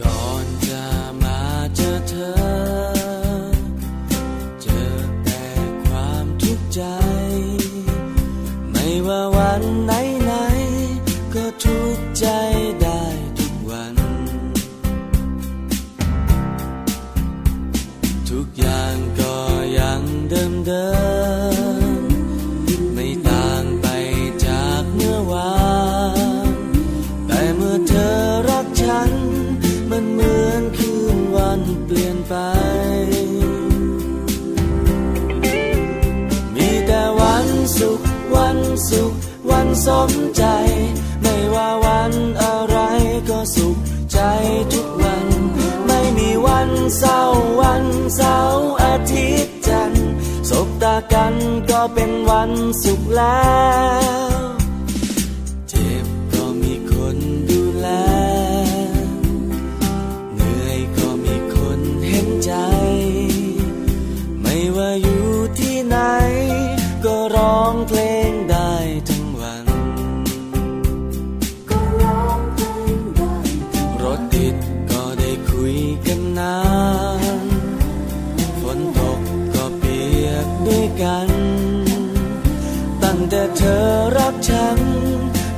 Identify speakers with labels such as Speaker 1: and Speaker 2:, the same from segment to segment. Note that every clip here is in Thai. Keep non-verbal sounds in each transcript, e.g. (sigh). Speaker 1: ก่อนจะมาเจอเธอ เจอแต่ความทุกข์ใจ ไม่ว่าวันไหนไหนๆก็ทุกข์ใจได้ทุกวัน ทุกอย่างก็ยังเดิมเดิมๆไม่ต่างไปจากเมื่อวาน แต่เมื่อเธอรักฉัน มันเหมือนคืนวันเปลี่ยนไป มีแต่วันสุข วันสุข วันสมใจ ไม่ว่าวันอะไรก็สุขใจทุกวัน ไม่มีวันเศร้าวันเสาร์อาทิตย์จันทร์สบตากันก็เป็นวันสุขแล้ว เจ็บก็มีคนดูแล เหนื่อยก็มีคนเห็นใจ ไม่ว่าอยู่ที่ไหน ก็ร้องเพลงได้ทั้งวัน รถติดก็ได้คุยกันนาน ฝนตกก็เปียกด้วยกัน ตั้งแต่เธอรักฉัน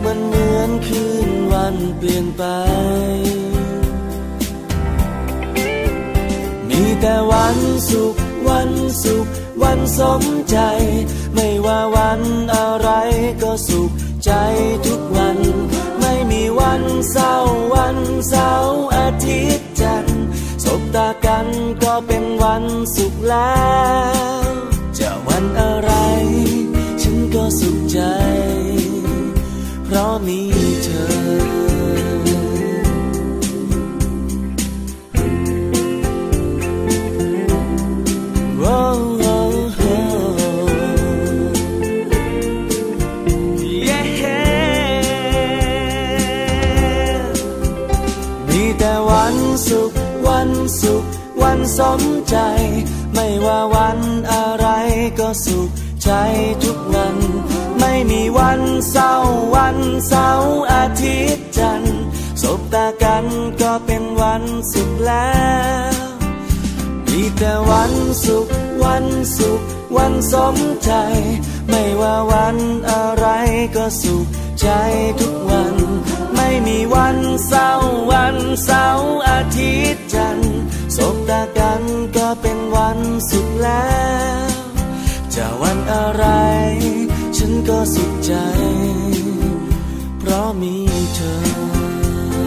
Speaker 1: มันเหมือนคืนวันเปลี่ยนไป มีแต่วันสุข วันสุข วันสมใจ ไม่ว่าวันอะไรก็สุขใจทุกวัน ไม่มีวันเศร้าวันเสาร์อาทิตย์จันทร์สบตากันก็เป็นวันสุขแล้ว จะวันอะไร ฉันก็สุขใจ เพราะมีเธอ มีแต่วันสุข วันสุข วันสมใจ ไม่ว่าวันอะไรก็สุขใจทุกวัน ไม่มีวันเศร้าวันเสาร์อาทิตย์จันทร์สบตากันก็เป็นวันสุขแล้ว มีแต่วันสุข วันสุข วันสมใจ ไม่ว่าวันอะไรก็สุขใจทุกวัน ไม่มีวันเศร้าวันเสาร์อาทิตย์จันทร์สบตากันก็เป็นวันสุขแล้ว จะวันอะไร ฉันก็สุขใจ เพราะมีเธอ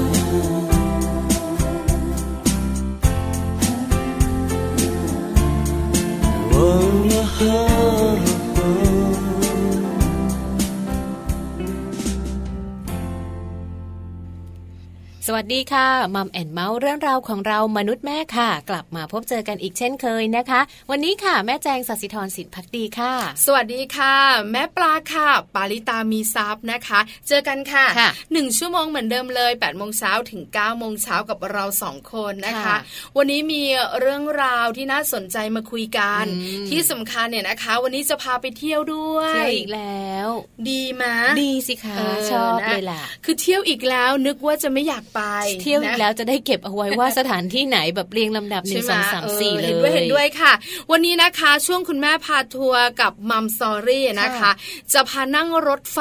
Speaker 2: สวัสดีค่ะมัมแอนเมาส์เรื่องราวของเรามนุษย์แม่ค่ะ กลับมาพบเจอกันอีกเช่นเคยนะคะ วันนี้ค่ะแม่แจงสัสิธรสินพักดีค่ะ
Speaker 3: สวัสดีค่ะ แม่ปลาค่ะ ปาริตามีซับนะคะ เจอกันค่ะ
Speaker 2: ค่ะ
Speaker 3: หนึ่งชั่วโมงเหมือนเดิมเลย8ปดโมงเช้าถึง9ก้าโมงเช้ากับเราสองคนนะคะ
Speaker 2: ค่ะ
Speaker 3: วันนี้มีเรื่องราวที่น่าสนใจมาคุยกัน
Speaker 2: อืม
Speaker 3: ที่สำคัญเนี่ยนะคะ วันนี้จะพาไปเที่ยวด้วย
Speaker 2: เที่ยวอีกแล้ว
Speaker 3: ดีมะ
Speaker 2: ดีสิคะ
Speaker 3: เออ
Speaker 2: ชอบ
Speaker 3: นะ
Speaker 2: เลยล่ะ
Speaker 3: คือเที่ยวอีกแล้วนึกว่าจะไม่อยากไป
Speaker 2: เที่ยวอีก
Speaker 3: นะ
Speaker 2: แล้วจะได้เก็บเอาไว้ว่าสถานที่ไหนแบบเรียงลำดับหนึ่
Speaker 3: ใช่
Speaker 2: ง
Speaker 3: ไห
Speaker 2: ส
Speaker 3: ม
Speaker 2: องสาม
Speaker 3: เออ
Speaker 2: สี่เลย
Speaker 3: เห็นด้วยเห็นด้วยค่ะ วันนี้นะคะช่วงคุณแม่พาทัวร์กับมัมซอรี่นะคะ
Speaker 2: ค่ะ
Speaker 3: จะพานั่งรถไฟ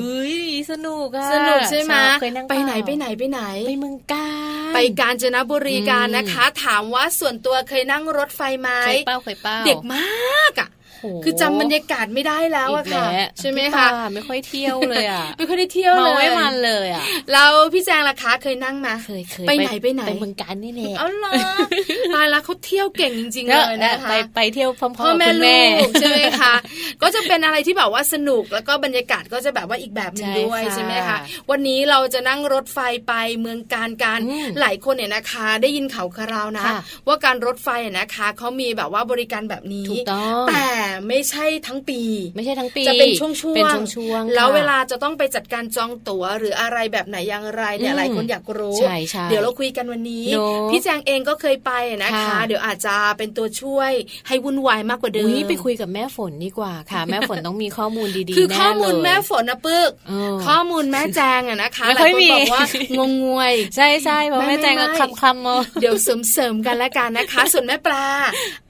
Speaker 2: เฮ้ยสนุกอะ
Speaker 3: สนุกใช่ไหม
Speaker 2: อบเคยง
Speaker 3: ไปไหน
Speaker 2: เล่า
Speaker 3: ไปไหนไปไหน
Speaker 2: ไปเมืองกาญ
Speaker 3: ไปกาญจนบุรีกัน
Speaker 2: อืม
Speaker 3: นะคะ ถามว่าส่วนตัวเคยนั่งรถไฟไหม
Speaker 2: เคยเป้าเคยเป้า
Speaker 3: เด็กมากอ่ะ
Speaker 2: โอ้โห
Speaker 3: คือจำบรรยากาศไม่ได้แล้วอะค่ะ
Speaker 2: อีกแล้ว
Speaker 3: ใช่ไหม
Speaker 2: พี่
Speaker 3: คะ
Speaker 2: ปาไม่ค่อยเที่ยวเลยอะ
Speaker 3: ไม่ค่อยได้เที่ยวเล
Speaker 2: เมาย ไม่มันเลยอะ
Speaker 3: แล้วพี่แจงล่ะคะเคยนั่งไหม
Speaker 2: เคยเคย
Speaker 3: ไปไหนไปไหน
Speaker 2: ไปเมืองการนี่แหละ
Speaker 3: เอาเหรอตายละเขาเที่ยวเก่งจริงๆเลยนะคะ
Speaker 2: ไปไปเที่ยวพร้อมๆ
Speaker 3: พ่อ
Speaker 2: กับ
Speaker 3: แม่
Speaker 2: คุณ
Speaker 3: ลู
Speaker 2: แม่
Speaker 3: กใช่ไหมคะ ก็จะเป็นอะไรที่แบบว่าสนุกแล้วก็บรรยากาศก็จะแบบว่าอีกแบบหนึง
Speaker 2: ใช่
Speaker 3: ด้วย
Speaker 2: ค่ะ
Speaker 3: ใช่ไหมคะวันนี้เราจะนั่งรถไฟไปเมืองการการ
Speaker 2: อืม
Speaker 3: หลายคนเนี่ยนะคะ ได้ยินข่าวคราวนะ
Speaker 2: ค่ะ
Speaker 3: ว่าการรถไฟเนี่ยนะคะเขามีแบบว่าบริการแบบนี้
Speaker 2: ถูกต้อง
Speaker 3: แต่ ไม่ใช่ทั้งปี
Speaker 2: ไม่ใช่ทั้งปี
Speaker 3: จะเป็นช่วงๆ
Speaker 2: เป็นช่วงๆ
Speaker 3: แล้ว
Speaker 2: ค่ะ
Speaker 3: เวลาจะต้องไปจัดการจองตั๋วหรืออะไรแบบไหนอย่างไรเนี่ย
Speaker 2: อืม
Speaker 3: หลายคนอยากรู้
Speaker 2: ใช่ใช่
Speaker 3: เดี๋ยวเราคุยกันวันนี้
Speaker 2: เนอะ
Speaker 3: พี่แจงเองก็เคยไปนะคะ
Speaker 2: ค่ะ
Speaker 3: เดี๋ยวอาจจะเป็นตัวช่วยให้วุ่นวายมากกว่าเดิม
Speaker 2: อุ๊ยไปคุยกับแม่ฝนดีกว่าค่ะ แม่ฝนต้องมีข้อมูลดีๆ
Speaker 3: คือ
Speaker 2: แน่
Speaker 3: ข้อมูล
Speaker 2: เย
Speaker 3: แม่ฝนนะปึก
Speaker 2: เออ
Speaker 3: ข้อมูลแม่แจงอะนะคะ
Speaker 2: ไม่
Speaker 3: หลา
Speaker 2: ค่อย
Speaker 3: ยคน
Speaker 2: มี
Speaker 3: บอก
Speaker 2: (laughs)
Speaker 3: ว่างงงวย
Speaker 2: ใช่ใช่เพราะแม่แจงก็
Speaker 3: ไม่
Speaker 2: คำคำมา
Speaker 3: เดี๋ยวเสริมๆกันละกันนะคะ ส่วนแม่ปลา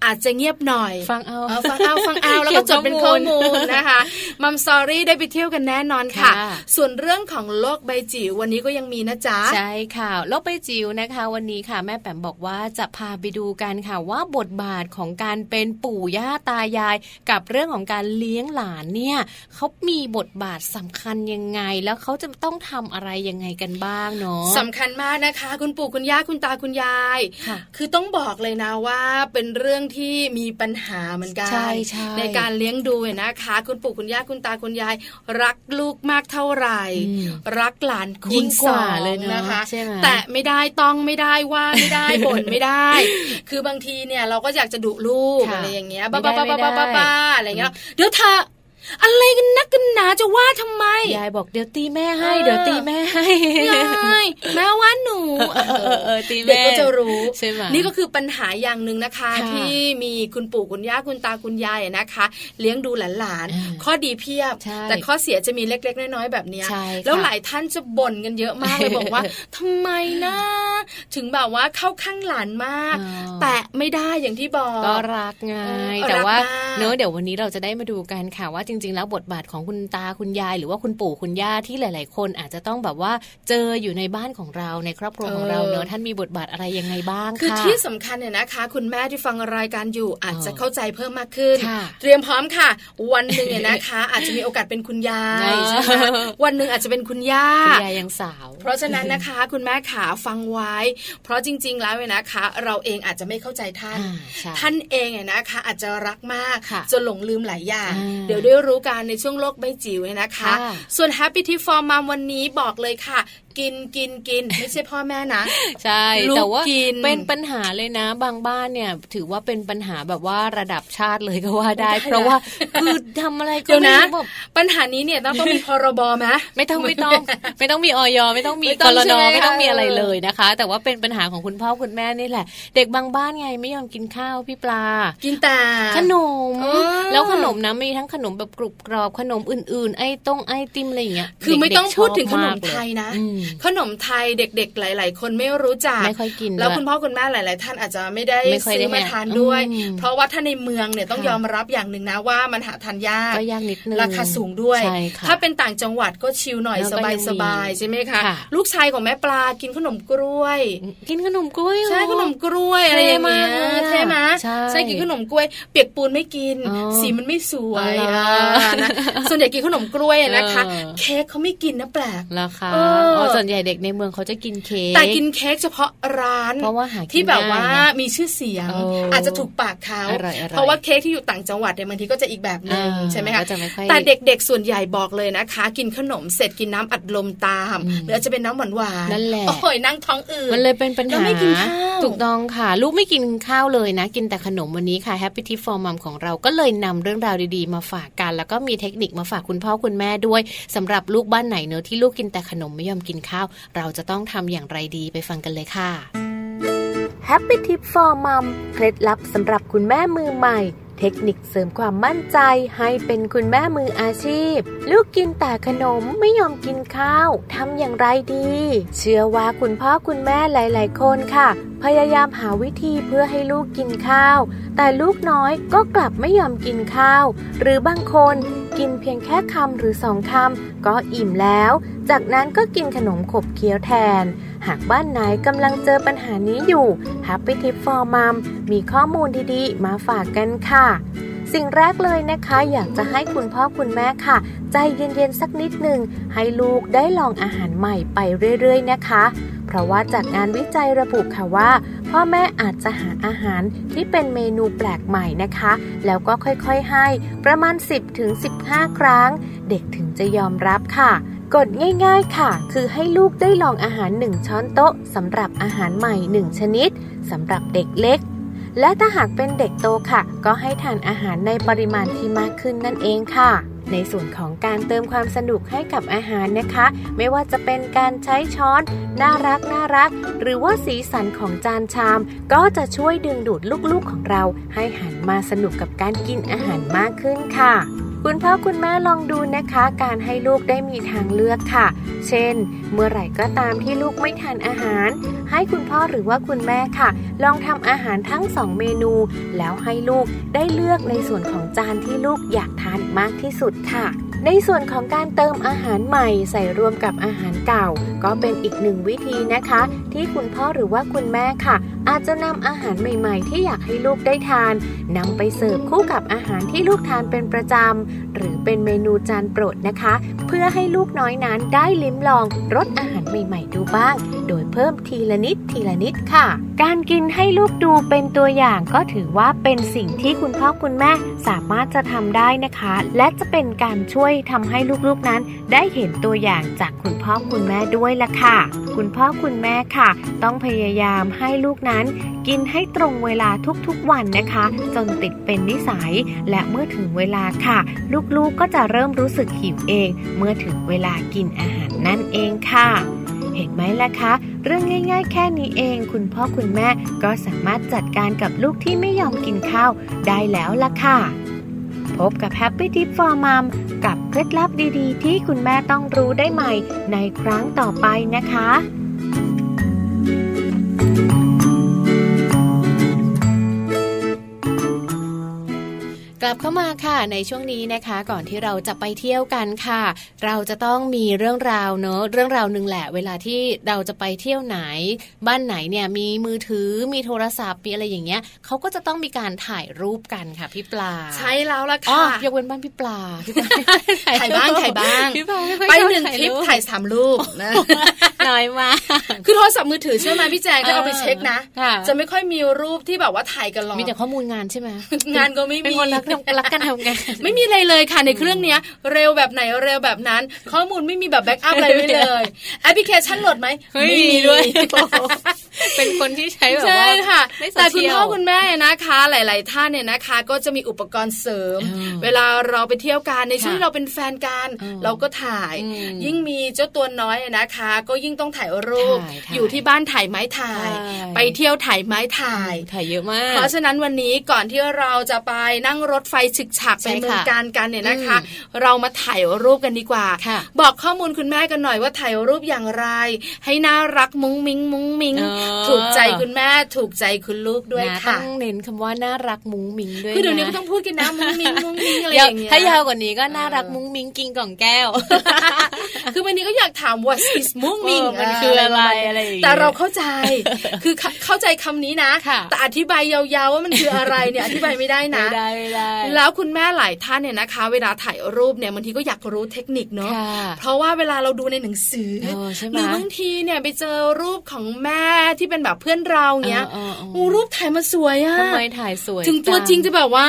Speaker 3: อาจจะเงียบหน่อย
Speaker 2: ฟังเอา
Speaker 3: เออฟังเอาฟังเอาแล้วก็จดเป็นข้อมูลนะคะมัมซอรี่ได้ไปเที่ยวกันแน่นอนค่ะ
Speaker 2: ค่ะ
Speaker 3: ส่วนเรื่องของโลกใบจิ๋ววันนี้ก็ยังมีนะจ๊ะ
Speaker 2: ใช่ค่ะโลกใบจิ๋วนะคะ วันนี้ค่ะ แม่แปมบอกว่าจะพาไปดูกันค่ะ ว่าบทบาทของการเป็นปู่ย่าตายาย กับเรื่องของการเลี้ยงหลานเนี่ยเขามีบทบาทสำคัญยังไง แล้วเขาจะต้องทำอะไรยังไงกันบ้างเนาะ
Speaker 3: สำคัญมากนะคะ คุณปู่คุณย่าคุณตาคุณยาย
Speaker 2: ค่ะ
Speaker 3: อต้องบอกเลยนะว่าเป็นเรื่องที่มีปัญหาเหมือนกัน
Speaker 2: ใช่ใช่
Speaker 3: การเลี้ยงดูเนี่ยนะคะ คุณปู่คุณย่าคุณตาคุณยาย รักลูกมากเท่าไหร่
Speaker 2: อืม
Speaker 3: รักหลานคูณ
Speaker 2: ยิ่งกว่า
Speaker 3: สอ
Speaker 2: เลยเนอะ
Speaker 3: นะคะ
Speaker 2: ใช่ไหม
Speaker 3: แต่ไม่ได้ต้องไม่ได้ว่าไม่ได้ บ่นไม่ได้
Speaker 2: (laughs)
Speaker 3: คือบางทีเนี่ยเราก็อยากจะดุลูก
Speaker 2: ค่ะ
Speaker 3: อะไรอย่างเงี้ย
Speaker 2: ไม่
Speaker 3: บ้า
Speaker 2: ได้
Speaker 3: บ้าบ้า
Speaker 2: ไม่ได้
Speaker 3: บ้าบ้าอะไรอย่างเงี้ยเดี๋ยวเธออะไรกันนักกันหนาจะว่าทำไม
Speaker 2: ยายบอกเดี๋ยวตีแม่ให้
Speaker 3: เออ
Speaker 2: เดี๋ยวตีแม่ให้
Speaker 3: ง่ายแม่ว่าหนู
Speaker 2: เออเออเออเออตีแม่
Speaker 3: เด็กก็จะรู้
Speaker 2: ใช่ไหม
Speaker 3: นี่ก็คือปัญหาอย่างหนึ่งนะคะ
Speaker 2: ค่ะ
Speaker 3: ที่มีคุณปู่คุณย่าคุณตาคุณยายอะนะคะ เลี้ยงดูหลาน
Speaker 2: อ่า
Speaker 3: ๆข้อดีเพียบ
Speaker 2: ใช่
Speaker 3: แต่ข้อเสียจะมีเล็ก ๆ น้อยๆแบบเนี้ย
Speaker 2: ใช่ค่ะ
Speaker 3: แล้วหลายท่านจะบ่นกันเยอะมา
Speaker 2: (laughs)
Speaker 3: กเลย บอกว่าทำไมนะถึงแบบว่าเข้าข้างหลานมาก
Speaker 2: อ๋อ
Speaker 3: แต่ไม่ได้อย่างที่บอก
Speaker 2: ก็รักไง
Speaker 3: เออ
Speaker 2: แต่
Speaker 3: รัก
Speaker 2: ว่าม
Speaker 3: าก
Speaker 2: เนอะเดี๋ยววันนี้เราจะได้มาดูกันค่ะว่าจริง ๆ แล้วบทบาทของคุณตาคุณยาย หรือว่าคุณปู่คุณย่าที่หลาย ๆ คนอาจจะต้องแบบว่าเจออยู่ในบ้านของเราในครอบครัวของเรา
Speaker 3: เออ
Speaker 2: เนอะท่านมีบทบาทอะไรยังไงบ้าง
Speaker 3: คือ
Speaker 2: ค่ะ
Speaker 3: ที่สำคัญเนี่ยนะคะ คุณแม่ที่ฟังรายการอยู่อาจจะ
Speaker 2: อ๋อ
Speaker 3: เข้าใจเพิ่มมากขึ้น
Speaker 2: ค่ะ
Speaker 3: เตรียมพร้อมค่ะ วันหนึ่งเนี่ยนะคะ อาจจะมีโอกาสเป็นคุณยาย
Speaker 2: เออ
Speaker 3: ใช่ไหมคะวันหนึ่งอาจจะเป็นคุณย่า
Speaker 2: คุณยายยังสาว
Speaker 3: เพราะฉะนั้นนะคะ คุณแม่ขาฟังไว้ เพราะจริง ๆ แล้วเนี่ยนะคะ เราเองอาจจะไม่เข้าใจท่าน
Speaker 2: อ่าใช่
Speaker 3: ท่านเองเนี่ยนะคะ อาจจะรักมาก
Speaker 2: ค่ะ
Speaker 3: จนหลงลืมหลายอย่าง
Speaker 2: อ่า
Speaker 3: เดี๋ยวได้รู้กันในช่วงโลกใบจิ๋วเนี่ยนะคะ
Speaker 2: ค่ะ
Speaker 3: ส่วน Happy Tip for Mom วันนี้บอกเลยค่ะ กินกินกินไม่ใช่พ่อแม่นะ
Speaker 2: (laughs) ใช่
Speaker 3: ลูก
Speaker 2: แต่ว่า
Speaker 3: กิน
Speaker 2: เป็นปัญหาเลยนะบางบ้านเนี่ย ถือว่าเป็นปัญหาแบบว่าระดับชาติเลยก็ว่าได้
Speaker 3: ได้นะ
Speaker 2: เพราะว่าคือทำอะไรก็
Speaker 3: เดี๋ยว
Speaker 2: ไม่
Speaker 3: นะ
Speaker 2: รู้แบบ
Speaker 3: ปัญหานี้เนี่ยต้องต้องมี พรบไหม
Speaker 2: ไม่ต้องไม่ต้อง ไม่ต้องมีออยไม่ต้องมี
Speaker 3: ไม่
Speaker 2: ก
Speaker 3: ต้อง
Speaker 2: ร
Speaker 3: ใช่
Speaker 2: น
Speaker 3: ไหม
Speaker 2: ไม่ต้องมีอะไร
Speaker 3: เออ
Speaker 2: เลยนะคะ แต่ว่าเป็นปัญหาของคุณพ่อคุณแม่นี่แหละ เด็กบางบ้านไงไม่ยอมกินข้าวพี่ปลา
Speaker 3: กินแต่
Speaker 2: ขนม
Speaker 3: เออ
Speaker 2: แล้วขนมนะมีทั้งขนมแบบกรุบกรอบขนมอื่น ๆ ไอ้ต้งไอติมอะไรอย่างเงี้ย
Speaker 3: คือไม่
Speaker 2: เกๆ
Speaker 3: ต้องพูดถึง
Speaker 2: ช
Speaker 3: ข
Speaker 2: อ
Speaker 3: น
Speaker 2: บาม กเล
Speaker 3: ไทยนะ
Speaker 2: อืม
Speaker 3: ขนมไทยเด็กๆ หลาย ๆ คนไม่รู้จัก
Speaker 2: ไม่ค่อยกิน
Speaker 3: แล้ว
Speaker 2: ด้วย
Speaker 3: คุณพ่อคุณแม่หลาย ๆ ท่านอาจจะไม่ได้
Speaker 2: ไม่ค่อย
Speaker 3: ซื้
Speaker 2: ได้
Speaker 3: อมา
Speaker 2: หา
Speaker 3: ทานด้วย
Speaker 2: อืม
Speaker 3: เพราะว่าถ้าในเมืองเนี่ยต้อง
Speaker 2: ค่ะ
Speaker 3: ยอมรับอย่างหนึ่งนะว่ามันหาทานยาก
Speaker 2: ก็ยากนิดนึง
Speaker 3: ราคาสูงด้วย
Speaker 2: ใช่ค่ะ
Speaker 3: ถ้าเป็นต่างจังหวัดก็ชิลหน่อย
Speaker 2: แล้ว
Speaker 3: ส
Speaker 2: ก็
Speaker 3: บาย
Speaker 2: ยังมี
Speaker 3: สบายๆใช่ไหมคะ
Speaker 2: ค่ะ
Speaker 3: ลูกชายของแม่ปลากินขนมกล้วย
Speaker 2: กินขนมกล้วยเหรอ
Speaker 3: ใช่ขนมกล้วยอะไรอย่างเงี้ย
Speaker 2: เท่มากเลยอะ
Speaker 3: ใช่ไหม
Speaker 2: ใช่
Speaker 3: กินขนมกล้วย เปียกปูนไม่กิน
Speaker 2: อ๋อ
Speaker 3: สีมันไม่สวย
Speaker 2: อ๋อเหรอ
Speaker 3: อ่านะส่วนใหญ่กินขนมกล้วยอะนะคะ
Speaker 2: เออ
Speaker 3: เค้กเขาไม่กินนะแปลก
Speaker 2: ราคา
Speaker 3: เอออ๋
Speaker 2: อส่วนใหญ่เด็กในเมืองเขาจะกินเค้ก
Speaker 3: แต่กินเค้กเฉพาะร้าน
Speaker 2: เพราะว่าหากิน
Speaker 3: ที่แบบว่า
Speaker 2: ง่ายไง
Speaker 3: มีชื่อเสียง
Speaker 2: โอ้
Speaker 3: อาจจะถูกปากเขา
Speaker 2: อร่อยๆ
Speaker 3: เพราะว่าเค้กที่อยู่ต่างจังหวัดเนี่ยบางทีก็จะอีกแบบหนึ่ง
Speaker 2: อ่า
Speaker 3: ใช่ไหมคะ
Speaker 2: ก็จะไม่ค่อย
Speaker 3: แต่เด็กๆส่วนใหญ่บอกเลยนะคะ กินขนมเสร็จกินน้ำอัดลมตาม
Speaker 2: อืม
Speaker 3: หรืออาจจะเป็นน้ำหวานหวานๆ
Speaker 2: นั่นแหละ
Speaker 3: โอ้ยนั่งท้องอืด
Speaker 2: มันเลยเป็นปัญ
Speaker 3: แล้ว
Speaker 2: หา
Speaker 3: ไม่กินข้าว
Speaker 2: ถูกต้องค่ะ ลูกไม่กินข้าวเลยนะ กินแต่ขนมวันนี้ค่ะ Happy Tip for Mom ของเราก็เลยนำเรื่องราวดีๆ มาฝากกัน แล้วก็มีเทคนิคมาฝากคุณพ่อคุณแม่ด้วยสำหรับลูกบ้านไหนเนอะที่ลูกกินแต่ขนมไม่ยอมกินข้าว เราจะต้องทำอย่างไรดีไปฟังกันเลยค่ะ
Speaker 4: h a p p y Tip for Mom เคล็ดลับสำหรับคุณแม่มือใหม่ เทคนิคเสริมความมั่นใจให้เป็นคุณแม่มืออาชีพ ลูกกินแต่ขนมไม่ยอมกินข้าวทำอย่างไรดี เชื่อว่าคุณพ่อคุณแม่หลาย ๆ คนค่ะ พยายามหาวิธีเพื่อให้ลูกกินข้าว แต่ลูกน้อยก็กลับไม่ยอมกินข้าว หรือบางคนกินเพียงแค่คำหรือสองคำก็อิ่มแล้ว จากนั้นก็กินขนมขบเคี้ยวแทน หากบ้านไหนกำลังเจอปัญหานี้อยู่ Happy Tip for Mom มีข้อมูลดีๆ มาฝากกันค่ะ สิ่งแรกเลยนะคะ อยากจะให้คุณพ่อคุณแม่ค่ะ ใจเย็นๆสักนิดหนึ่งให้ลูกได้ลองอาหารใหม่ไปเรื่อยๆนะคะ เพราะว่าจากงานวิจัยระบุค่ะว่า พ่อแม่อาจจะหาอาหารที่เป็นเมนูแปลกใหม่นะคะ แล้วก็ค่อยๆให้ ประมาณ 10-15 ครั้ง เด็กถึงจะยอมรับค่ะ กฎง่ายๆค่ะ คือให้ลูกได้ลองอาหาร 1 ช้อนโต๊ะสำหรับอาหารใหม่ 1 ชนิดสำหรับเด็กเล็ก และถ้าหากเป็นเด็กโตค่ะ ก็ให้ทานอาหารในปริมาณที่มากขึ้นนั่นเองค่ะ ในส่วนของการเติมความสนุกให้กับอาหารนะคะ ไม่ว่าจะเป็นการใช้ช้อน น่ารักน่ารัก หรือว่าสีสันของจานชาม ก็จะช่วยดึงดูดลูกๆของเรา ให้หันมาสนุกกับการกินอาหารมากขึ้นค่ะ คุณพ่อคุณแม่ลองดูนะคะ การให้ลูกได้มีทางเลือกค่ะ เช่น เมื่อไหร่ก็ตามที่ลูกไม่ทานอาหาร ให้คุณพ่อหรือว่าคุณแม่ค่ะ ลองทำอาหารทั้งสองเมนู แล้วให้ลูกได้เลือกในส่วนของจานที่ลูกอยากทานมากที่สุดค่ะ ในส่วนของการเติมอาหารใหม่ใส่รวมกับอาหารเก่า ก็เป็นอีกหนึ่งวิธีนะคะ ที่คุณพ่อหรือว่าคุณแม่ค่ะ อาจจะนำอาหารใหม่ ๆ ที่อยากให้ลูกได้ทานนำไปเสิร์ฟคู่กับอาหารที่ลูกทานเป็นประจำหรือเป็นเมนูจานโปรดนะคะ เพื่อให้ลูกน้อยนั้นได้ลิ้มลองรสอาหารใหม่ๆดูบ้าง โดยเพิ่มทีละนิดทีละนิดค่ะ การกินให้ลูกดูเป็นตัวอย่างก็ถือว่าเป็นสิ่งที่คุณพ่อคุณแม่สามารถจะทำได้นะคะ และจะเป็นการช่วยทำให้ลูกๆนั้น ได้เห็นตัวอย่างจากคุณพ่อคุณแม่ด้วยล่ะค่ะ คุณพ่อคุณแม่ค่ะ ต้องพยายามให้ลูกนั้น กินให้ตรงเวลาทุกๆวันนะคะ จนติดเป็นนิสัย และเมื่อถึงเวลาค่ะ ลูกๆก็จะเริ่มรู้สึกหิวเอง เมื่อถึงเวลากินอาหารนั่นเองค่ะ เห็นไหมล่ะคะ เรื่องง่าย ๆ แค่นี้เอง คุณพ่อคุณแม่ก็สามารถจัดการกับลูกที่ไม่ยอมกินข้าวได้แล้วล่ะค่ะ พบกับ Happy Tip for Mom กับเคล็ดลับดีๆ ที่คุณแม่ต้องรู้ได้ใหม่ ในครั้งต่อไปนะคะ
Speaker 2: กลับเข้ามาค่ะในช่วงนี้นะคะ ก่อนที่เราจะไปเที่ยวกันค่ะ เราจะต้องมีเรื่องราวเนอะเรื่องราวหนึ่งแหละ เวลาที่เราจะไปเที่ยวไหน บ้านไหนเนี่ยมีมือถือมีโทรศัพท์มีอะไรอย่างเงี้ยเขาก็จะต้องมีการถ่ายรูปกันค่ะพี่ปลา
Speaker 3: ใช่แล้วล่ะ
Speaker 2: อ๋อ
Speaker 3: ค่ะ
Speaker 2: ยกเว้นบ้านพี่ปลาพี่ปล
Speaker 3: ถ่ายบ้างถ่ายบ้าง
Speaker 2: พี่ปลาม่ค่อย
Speaker 3: ไป
Speaker 2: ชอ
Speaker 3: หนึ่ง
Speaker 2: บาย
Speaker 3: ทริป
Speaker 2: รูป
Speaker 3: ถ่ายสามรูปนะ
Speaker 2: (laughs) น้อยมาก
Speaker 3: คือโทรศัพท์มือถือเชื่อไหมพี่แจงถ้าเอาไปเช็คนะ
Speaker 2: ค่ะ
Speaker 3: จะไม่ค่อยมีรูปที่แบบว่าถ่ายกันหรอก
Speaker 2: มีแต่ข้อมูลงานใช่ไหม
Speaker 3: งานก็ไม่มี
Speaker 2: เป็นคนรักทำรักกันทำงาน
Speaker 3: (laughs) ไม่มีอะไรเลยค่ะในเครื่องเนี้ย เร็วแบบไหนเร็วแบบ
Speaker 2: (laughs)
Speaker 3: นั้น ข้อมูลไม่มีแบบแบ็กอัพอะไรไว้เลยแอปพลิเคชันโหลดไหม
Speaker 2: เฮ้ยมี (laughs) ด้วย เป็นคนที่ใช้แบบ
Speaker 3: (laughs) ใช่
Speaker 2: ว่า
Speaker 3: ค่ะ
Speaker 2: (laughs) ไม่โซเชียล
Speaker 3: แต่คุณพ่อคุณแม่นะคะ หลาย ๆ ท่านเนี่ยนะคะ ก็จะมีอุปกรณ์เสริม
Speaker 2: อ่า
Speaker 3: เวลาเราไปเที่ยวกันในช่วง
Speaker 2: ค่ะ
Speaker 3: ที่เราเป็นแฟนกัน
Speaker 2: อ่า
Speaker 3: เราก็ถ่าย
Speaker 2: อืม
Speaker 3: ยิ่งมีเจ้าตัวน้อยเนี่ยนะคะ ก็ยิ่งต้องถ่ายรูป
Speaker 2: ถ่ายถ่าย
Speaker 3: อยู่ที่บ้านถ่ายไม้ถ่าย
Speaker 2: ใช่
Speaker 3: ไปเที่ยวถ่ายไม้ถ่าย
Speaker 2: ถ่ายเยอะมาก
Speaker 3: เพราะฉะนั้นวันนี้ก่อนที่เราจะไปนั่งรถไฟฉึกฉัก
Speaker 2: ใช่
Speaker 3: ไป
Speaker 2: ค่ะ
Speaker 3: เมืองการกันเนี่ยนะคะ เรามาถ่ายรูปกันดีกว่า
Speaker 2: ค่ะ
Speaker 3: บอกข้อมูลคุณแม่กันหน่อยว่าถ่ายรูปอย่างไร ให้น่ารักมุ้งมิ้งมุ้งมิ้ง
Speaker 2: เออ
Speaker 3: ถูกใจคุณแม่ถูกใจคุณลูกด้วย
Speaker 2: นะ
Speaker 3: ค่ะ
Speaker 2: ต้องเน้นคำว่าน่ารักมุ้งมิ้งด้วย
Speaker 3: คือเดี๋ยวนี้
Speaker 2: ะ
Speaker 3: ก็ต้องพูดกันนะมุ้งมิ้งมุ้งมิ้งอะไรอย่างเงี้ย
Speaker 2: ถ้ายาวกว่านี้ก็น่ารัก
Speaker 3: เออ
Speaker 2: มุ้งมิ้งกินกล่องแก้ว
Speaker 3: คือวันนี้ก็อยากถาม what is มุ้งมิ้ง
Speaker 2: เออมันคืออะไรอะไรอย่างเงี้ย
Speaker 3: แต่เราเข้าใจ คือ (laughs) เข้าเข้าใจคำนี้นะ
Speaker 2: ค่ะ
Speaker 3: แต่อธิบายยาวๆว่ามันคืออะไรเนี่ยอธิบายไม่ได้นะ
Speaker 2: ไม่ได้ไม่ได้
Speaker 3: แล้วคุณแม่หลายท่านเนี่ยนะคะ เวลาถ่ายรูปเนี่ยบางทีก็อยากรู้เทคนิคเนาะ
Speaker 2: ค่ะ
Speaker 3: เพราะว่าเวลาเราดูในหนังสือ
Speaker 2: เออใช่ไหม
Speaker 3: หรือบางทีเนี่ยไปเจอรูปของแม่ที่เป็นแบบเพื่อนเราเนี้ย
Speaker 2: เออเออเออ
Speaker 3: โอ้รูปถ่ายมาสวยอะ
Speaker 2: ทำไมถ่ายสวย
Speaker 3: ถึงตัวจริงจะแบบว่า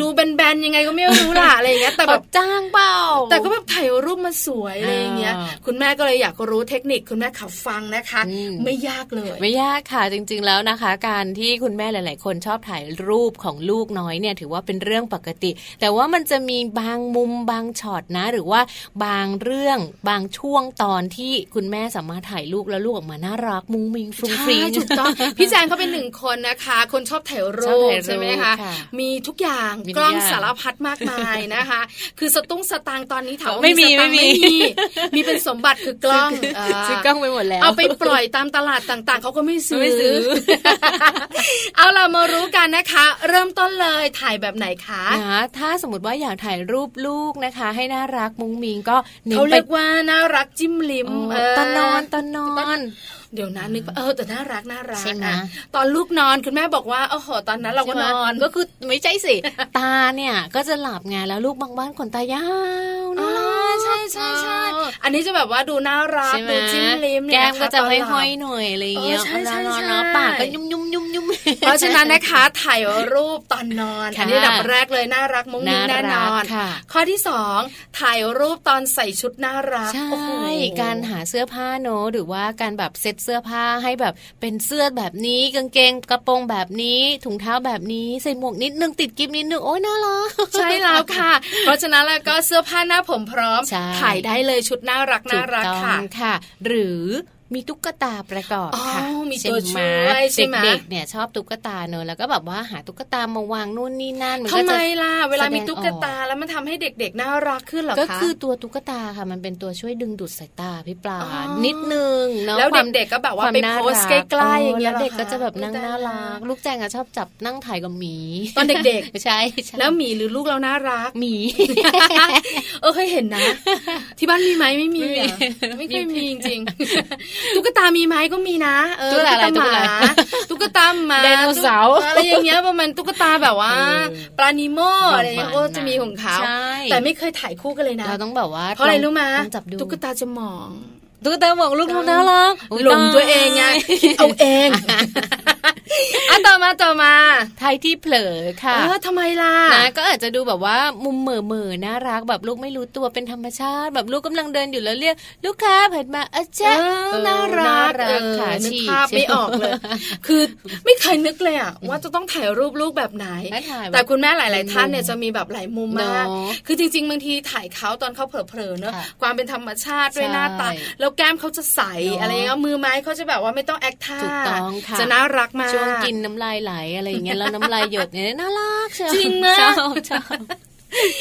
Speaker 3: ดูแบนๆยังไงก็ไม่รู้ล่ะ อะไรอย่างเงี้ยแต่
Speaker 2: แบ
Speaker 3: แบบ บ
Speaker 2: จ้างเปล่า
Speaker 3: แต่ก็แบบถ่ายรูปมาสวยอะไรอย่างเงี้ย
Speaker 2: อ่า
Speaker 3: คุณแม่ก็เลยอยากรู้เทคนิคคุณแม่ขับฟังนะคะ
Speaker 2: อืม
Speaker 3: ไม่ยากเลย
Speaker 2: ไม่ยากค่ะจริง ๆ แล้วนะคะ การที่คุณแม่หลาย ๆ คนชอบถ่ายรูปของลูกน้อยเนี่ยถือว่าเป็นเรื่องปกติ แต่ว่ามันจะมีบางมุมบางช็อตนะ หรือว่าบางเรื่องบางช่วงตอนที่คุณแม่สามารถถ่ายลูกแล้วลูกออกมาน่ารักมุ้งมิงฟรุ้งฟริ้ง
Speaker 3: ใช่ถูกต้อง
Speaker 2: (laughs)
Speaker 3: พี่แจงเขาเป็นหนึ่งคนนะคะ คนชอบถ่าย
Speaker 2: ชอ
Speaker 3: รู
Speaker 2: บ
Speaker 3: ป
Speaker 2: ถ่ายรูป
Speaker 3: ใช่ไหมคะ
Speaker 2: ค่ะ
Speaker 3: มีทุกอย่าง
Speaker 2: มีทุก
Speaker 3: กล้อง
Speaker 2: อย่าง
Speaker 3: สารพัดมากมายนะคะ คือสตุ้งสตางค์ตอนนี้ถามว่า
Speaker 2: ไม่มี
Speaker 3: สตางค์
Speaker 2: ไม่
Speaker 3: ไม่
Speaker 2: มี
Speaker 3: มีมีเป็นสมบัติคือกล้องเ
Speaker 2: ซื้อกล้องไปหมดแล้ว
Speaker 3: เอาไปปล่อยตามตลาดต่างๆ เขาก็ไม่ซื้อ
Speaker 2: ไม่ซื้อ
Speaker 3: (laughs) เอาล่ะมารู้กันนะคะ เริ่มต้นเลยถ่ายแบบไหนคะ
Speaker 2: นะถ้าสมมติว่าอยากถ่ายรูปลูกนะคะ ให้น่ารักมุ้งมิงก็น้น
Speaker 3: เขา
Speaker 2: ไป
Speaker 3: เรียกว่าน่ารักจิ้มลิ้ม
Speaker 2: อ๋อ
Speaker 3: เ
Speaker 2: ตอนนอนตอนนอน
Speaker 3: เดี๋ยวนะนึกว่าเออแต่น่ารักน่ารัก
Speaker 2: ใช่ไหม
Speaker 3: อ่ะตอนลูกนอนคุณแม่บอกว่าโอ้โหตอนนั้นเราก็นอน
Speaker 2: ก็คือไม่ใช่สิ (laughs) ตาเนี่ยก็จะหลับไงแล้วลูกบางบ้านขนตายาว
Speaker 3: อ๋
Speaker 2: น่า
Speaker 3: อ
Speaker 2: รัก
Speaker 3: ใช่ใช่ใช่
Speaker 2: เออ
Speaker 3: อันนี้จะแบบว่าดูน่ารัก
Speaker 2: ใช่ไหม
Speaker 3: ดูจิ้มลิ้ม
Speaker 2: แก้
Speaker 3: เนี่ย
Speaker 2: ม
Speaker 3: นค
Speaker 2: ก็จะ
Speaker 3: ตนหลัง
Speaker 2: ห้อยๆหน่อยอะไรอย่างเงี้ย
Speaker 3: เออใช่ใช่
Speaker 2: นอน
Speaker 3: ใช่
Speaker 2: เนาะปากก็ยุ่มยุ่มยุ่มยุ่ม
Speaker 3: เพราะฉะนั้นนะคะถ่ายรูปตอนนอน
Speaker 2: ค่ะ
Speaker 3: อันนี้อันดับแรกเลยน่ารักมุ้งมิ้ง
Speaker 2: น่า
Speaker 3: แน่
Speaker 2: รัก
Speaker 3: นอน
Speaker 2: ค่ะ
Speaker 3: ข้อที่สองถ่ายรูปตอนใส่ชุดน่ารัก
Speaker 2: ใช่
Speaker 3: โอ้โห
Speaker 2: การหาเสื้อผ้าเนอะหรือว่าการแบบเซ็ต เสื้อผ้าให้แบบเป็นเสื้อแบบนี้กางเกงกระโปรงแบบนี้ ถุงเท้าแบบนี้ใส่หมวกนิดนึงติดกิ๊บนิดนึงโอ้ยน่ารัก
Speaker 3: ใช่แล้วค่ะ เพราะฉะนั้นแล้วก็เสื้อผ้าหน้าผมพร้อม
Speaker 2: ใช่
Speaker 3: ถ่ายได้เลยชุดน่ารักน่ารัก
Speaker 2: ถูต้
Speaker 3: ค่ะ
Speaker 2: องค่ะ หรือมีตุ๊กตาประกอบค่ะ
Speaker 3: อ๋อมี
Speaker 2: เช่น
Speaker 3: ตัวช่วยใช่ไหม
Speaker 2: เด็กๆเนี่ยชอบตุ๊กตาเนอะแล้วก็แบบว่าหาตุ๊กตามาวางนู่นนี่นั่นมัน
Speaker 3: ทำ
Speaker 2: ก็
Speaker 3: ไม
Speaker 2: จะ
Speaker 3: ล่ะ เวลามี
Speaker 2: แสดงออก
Speaker 3: ตุ๊กตาแล้วมันทำให้เด็กๆน่ารักขึ้นเหรอคะ
Speaker 2: ก็คือตัวตุ๊กตาค่ะ มันเป็นตัวช่วยดึงดูดสายตาพี่ปลา
Speaker 3: อ๋อ
Speaker 2: นิดนึงเนาะ
Speaker 3: แล้ว
Speaker 2: ความ
Speaker 3: เด็กๆก็แบบว่า
Speaker 2: ควม
Speaker 3: ไป
Speaker 2: น่
Speaker 3: โพสต์
Speaker 2: รั
Speaker 3: ใกล้ๆอย่างเงี้ย
Speaker 2: แล้วเด็ก
Speaker 3: หรอค
Speaker 2: ก็จะแบบนั่ง
Speaker 3: อุ๊ย
Speaker 2: น่า
Speaker 3: ตย
Speaker 2: รัก
Speaker 3: แล้ว
Speaker 2: ลูกแจงอะชอบจับนั่งถ่ายกับหมี
Speaker 3: ตอนเด็ก
Speaker 2: ใช่ใช่
Speaker 3: แล้วหมีหรือลูกเราน่ารัก
Speaker 2: หมี
Speaker 3: เออเคยเห็น
Speaker 2: (laughs)
Speaker 3: นะ ที่บ้านมีไหมไม่มีอะ
Speaker 2: ไม่มี
Speaker 3: ไม่เคยมีจริงๆ (laughs) ตุ๊กตามีไหมก็มีนะเออ
Speaker 2: ตุ๊กตาอะไร
Speaker 3: หมาตุ๊ (laughs) กตาหมา
Speaker 2: ไดโนเสาร์
Speaker 3: ตุ๊กตอะไรอย่างเงี้ยประมาณตุ๊กตาแบบว่า
Speaker 2: เออ
Speaker 3: ปลานิโมอะไรเงี้ย
Speaker 2: ประมาณ
Speaker 3: ก็จะมีของเขา
Speaker 2: ใช่
Speaker 3: แต่ไม่เคยถ่ายคู่กันเลยนะ
Speaker 2: เราต้องแบบว่า
Speaker 3: เพราะอะไรรู้มา
Speaker 2: ลองจับดู
Speaker 3: ตุ๊กตาจะหมอง
Speaker 2: ตุ๊กตาบอกลูกน่ารักอุ๊ย
Speaker 3: หลงตัวเองไงคิดเอาเอง
Speaker 2: (laughs)
Speaker 3: อ่ะต่อมาต่อมา
Speaker 2: ไทยที่เผลอค่ะ
Speaker 3: เออทำไมล่ะ
Speaker 2: นะก็อาจจะดูแบบว่ามุมเหม่อเหม่อๆน่ารักแบบลูกไม่รู้ตัวเป็นธรรมชาติ แบบลูกกำลังเดินอยู่แล้วเรียก ลูกค้าเผ่านมาอาจารย์
Speaker 3: เออ
Speaker 2: น่ารัก
Speaker 3: น่า
Speaker 2: เออ
Speaker 3: เอ
Speaker 2: ขา
Speaker 3: อนึก
Speaker 2: ฉีก
Speaker 3: ภาพไม่ออกเลย คือไม่เคยนึกเลยอะว่าจะต้องถ่ายรูปลูกแบบไหน
Speaker 2: ไม่ถ่ายบบ
Speaker 3: แต่คุณแม่หลาย ๆ ท่านเนี่ยจะมีแบบหลายมุมมาก
Speaker 2: เนอะ
Speaker 3: คือจริง ๆ บางทีถ่ายเขาตอนเขาเผลอ ๆ เนอะ
Speaker 2: ค่ะ
Speaker 3: ความเป็นธรรมชาติด้วย
Speaker 2: ใช่
Speaker 3: หน้าตา แล้วแก้มเขาจะใส
Speaker 2: เนอะ
Speaker 3: อะไรเงี้ยมือไม้เขาจะแบบว่าไม่ต้องแอคท่า
Speaker 2: ถูกต้องค่ะ
Speaker 3: จะน่ารักมาก
Speaker 2: ช่วงกินน้ำลายไหลอะไรอย่างเงี้ยแล้วน้ำลายหยดเนี่ยน่ารักเชียว
Speaker 3: จริงนะ
Speaker 2: ชอบชอบ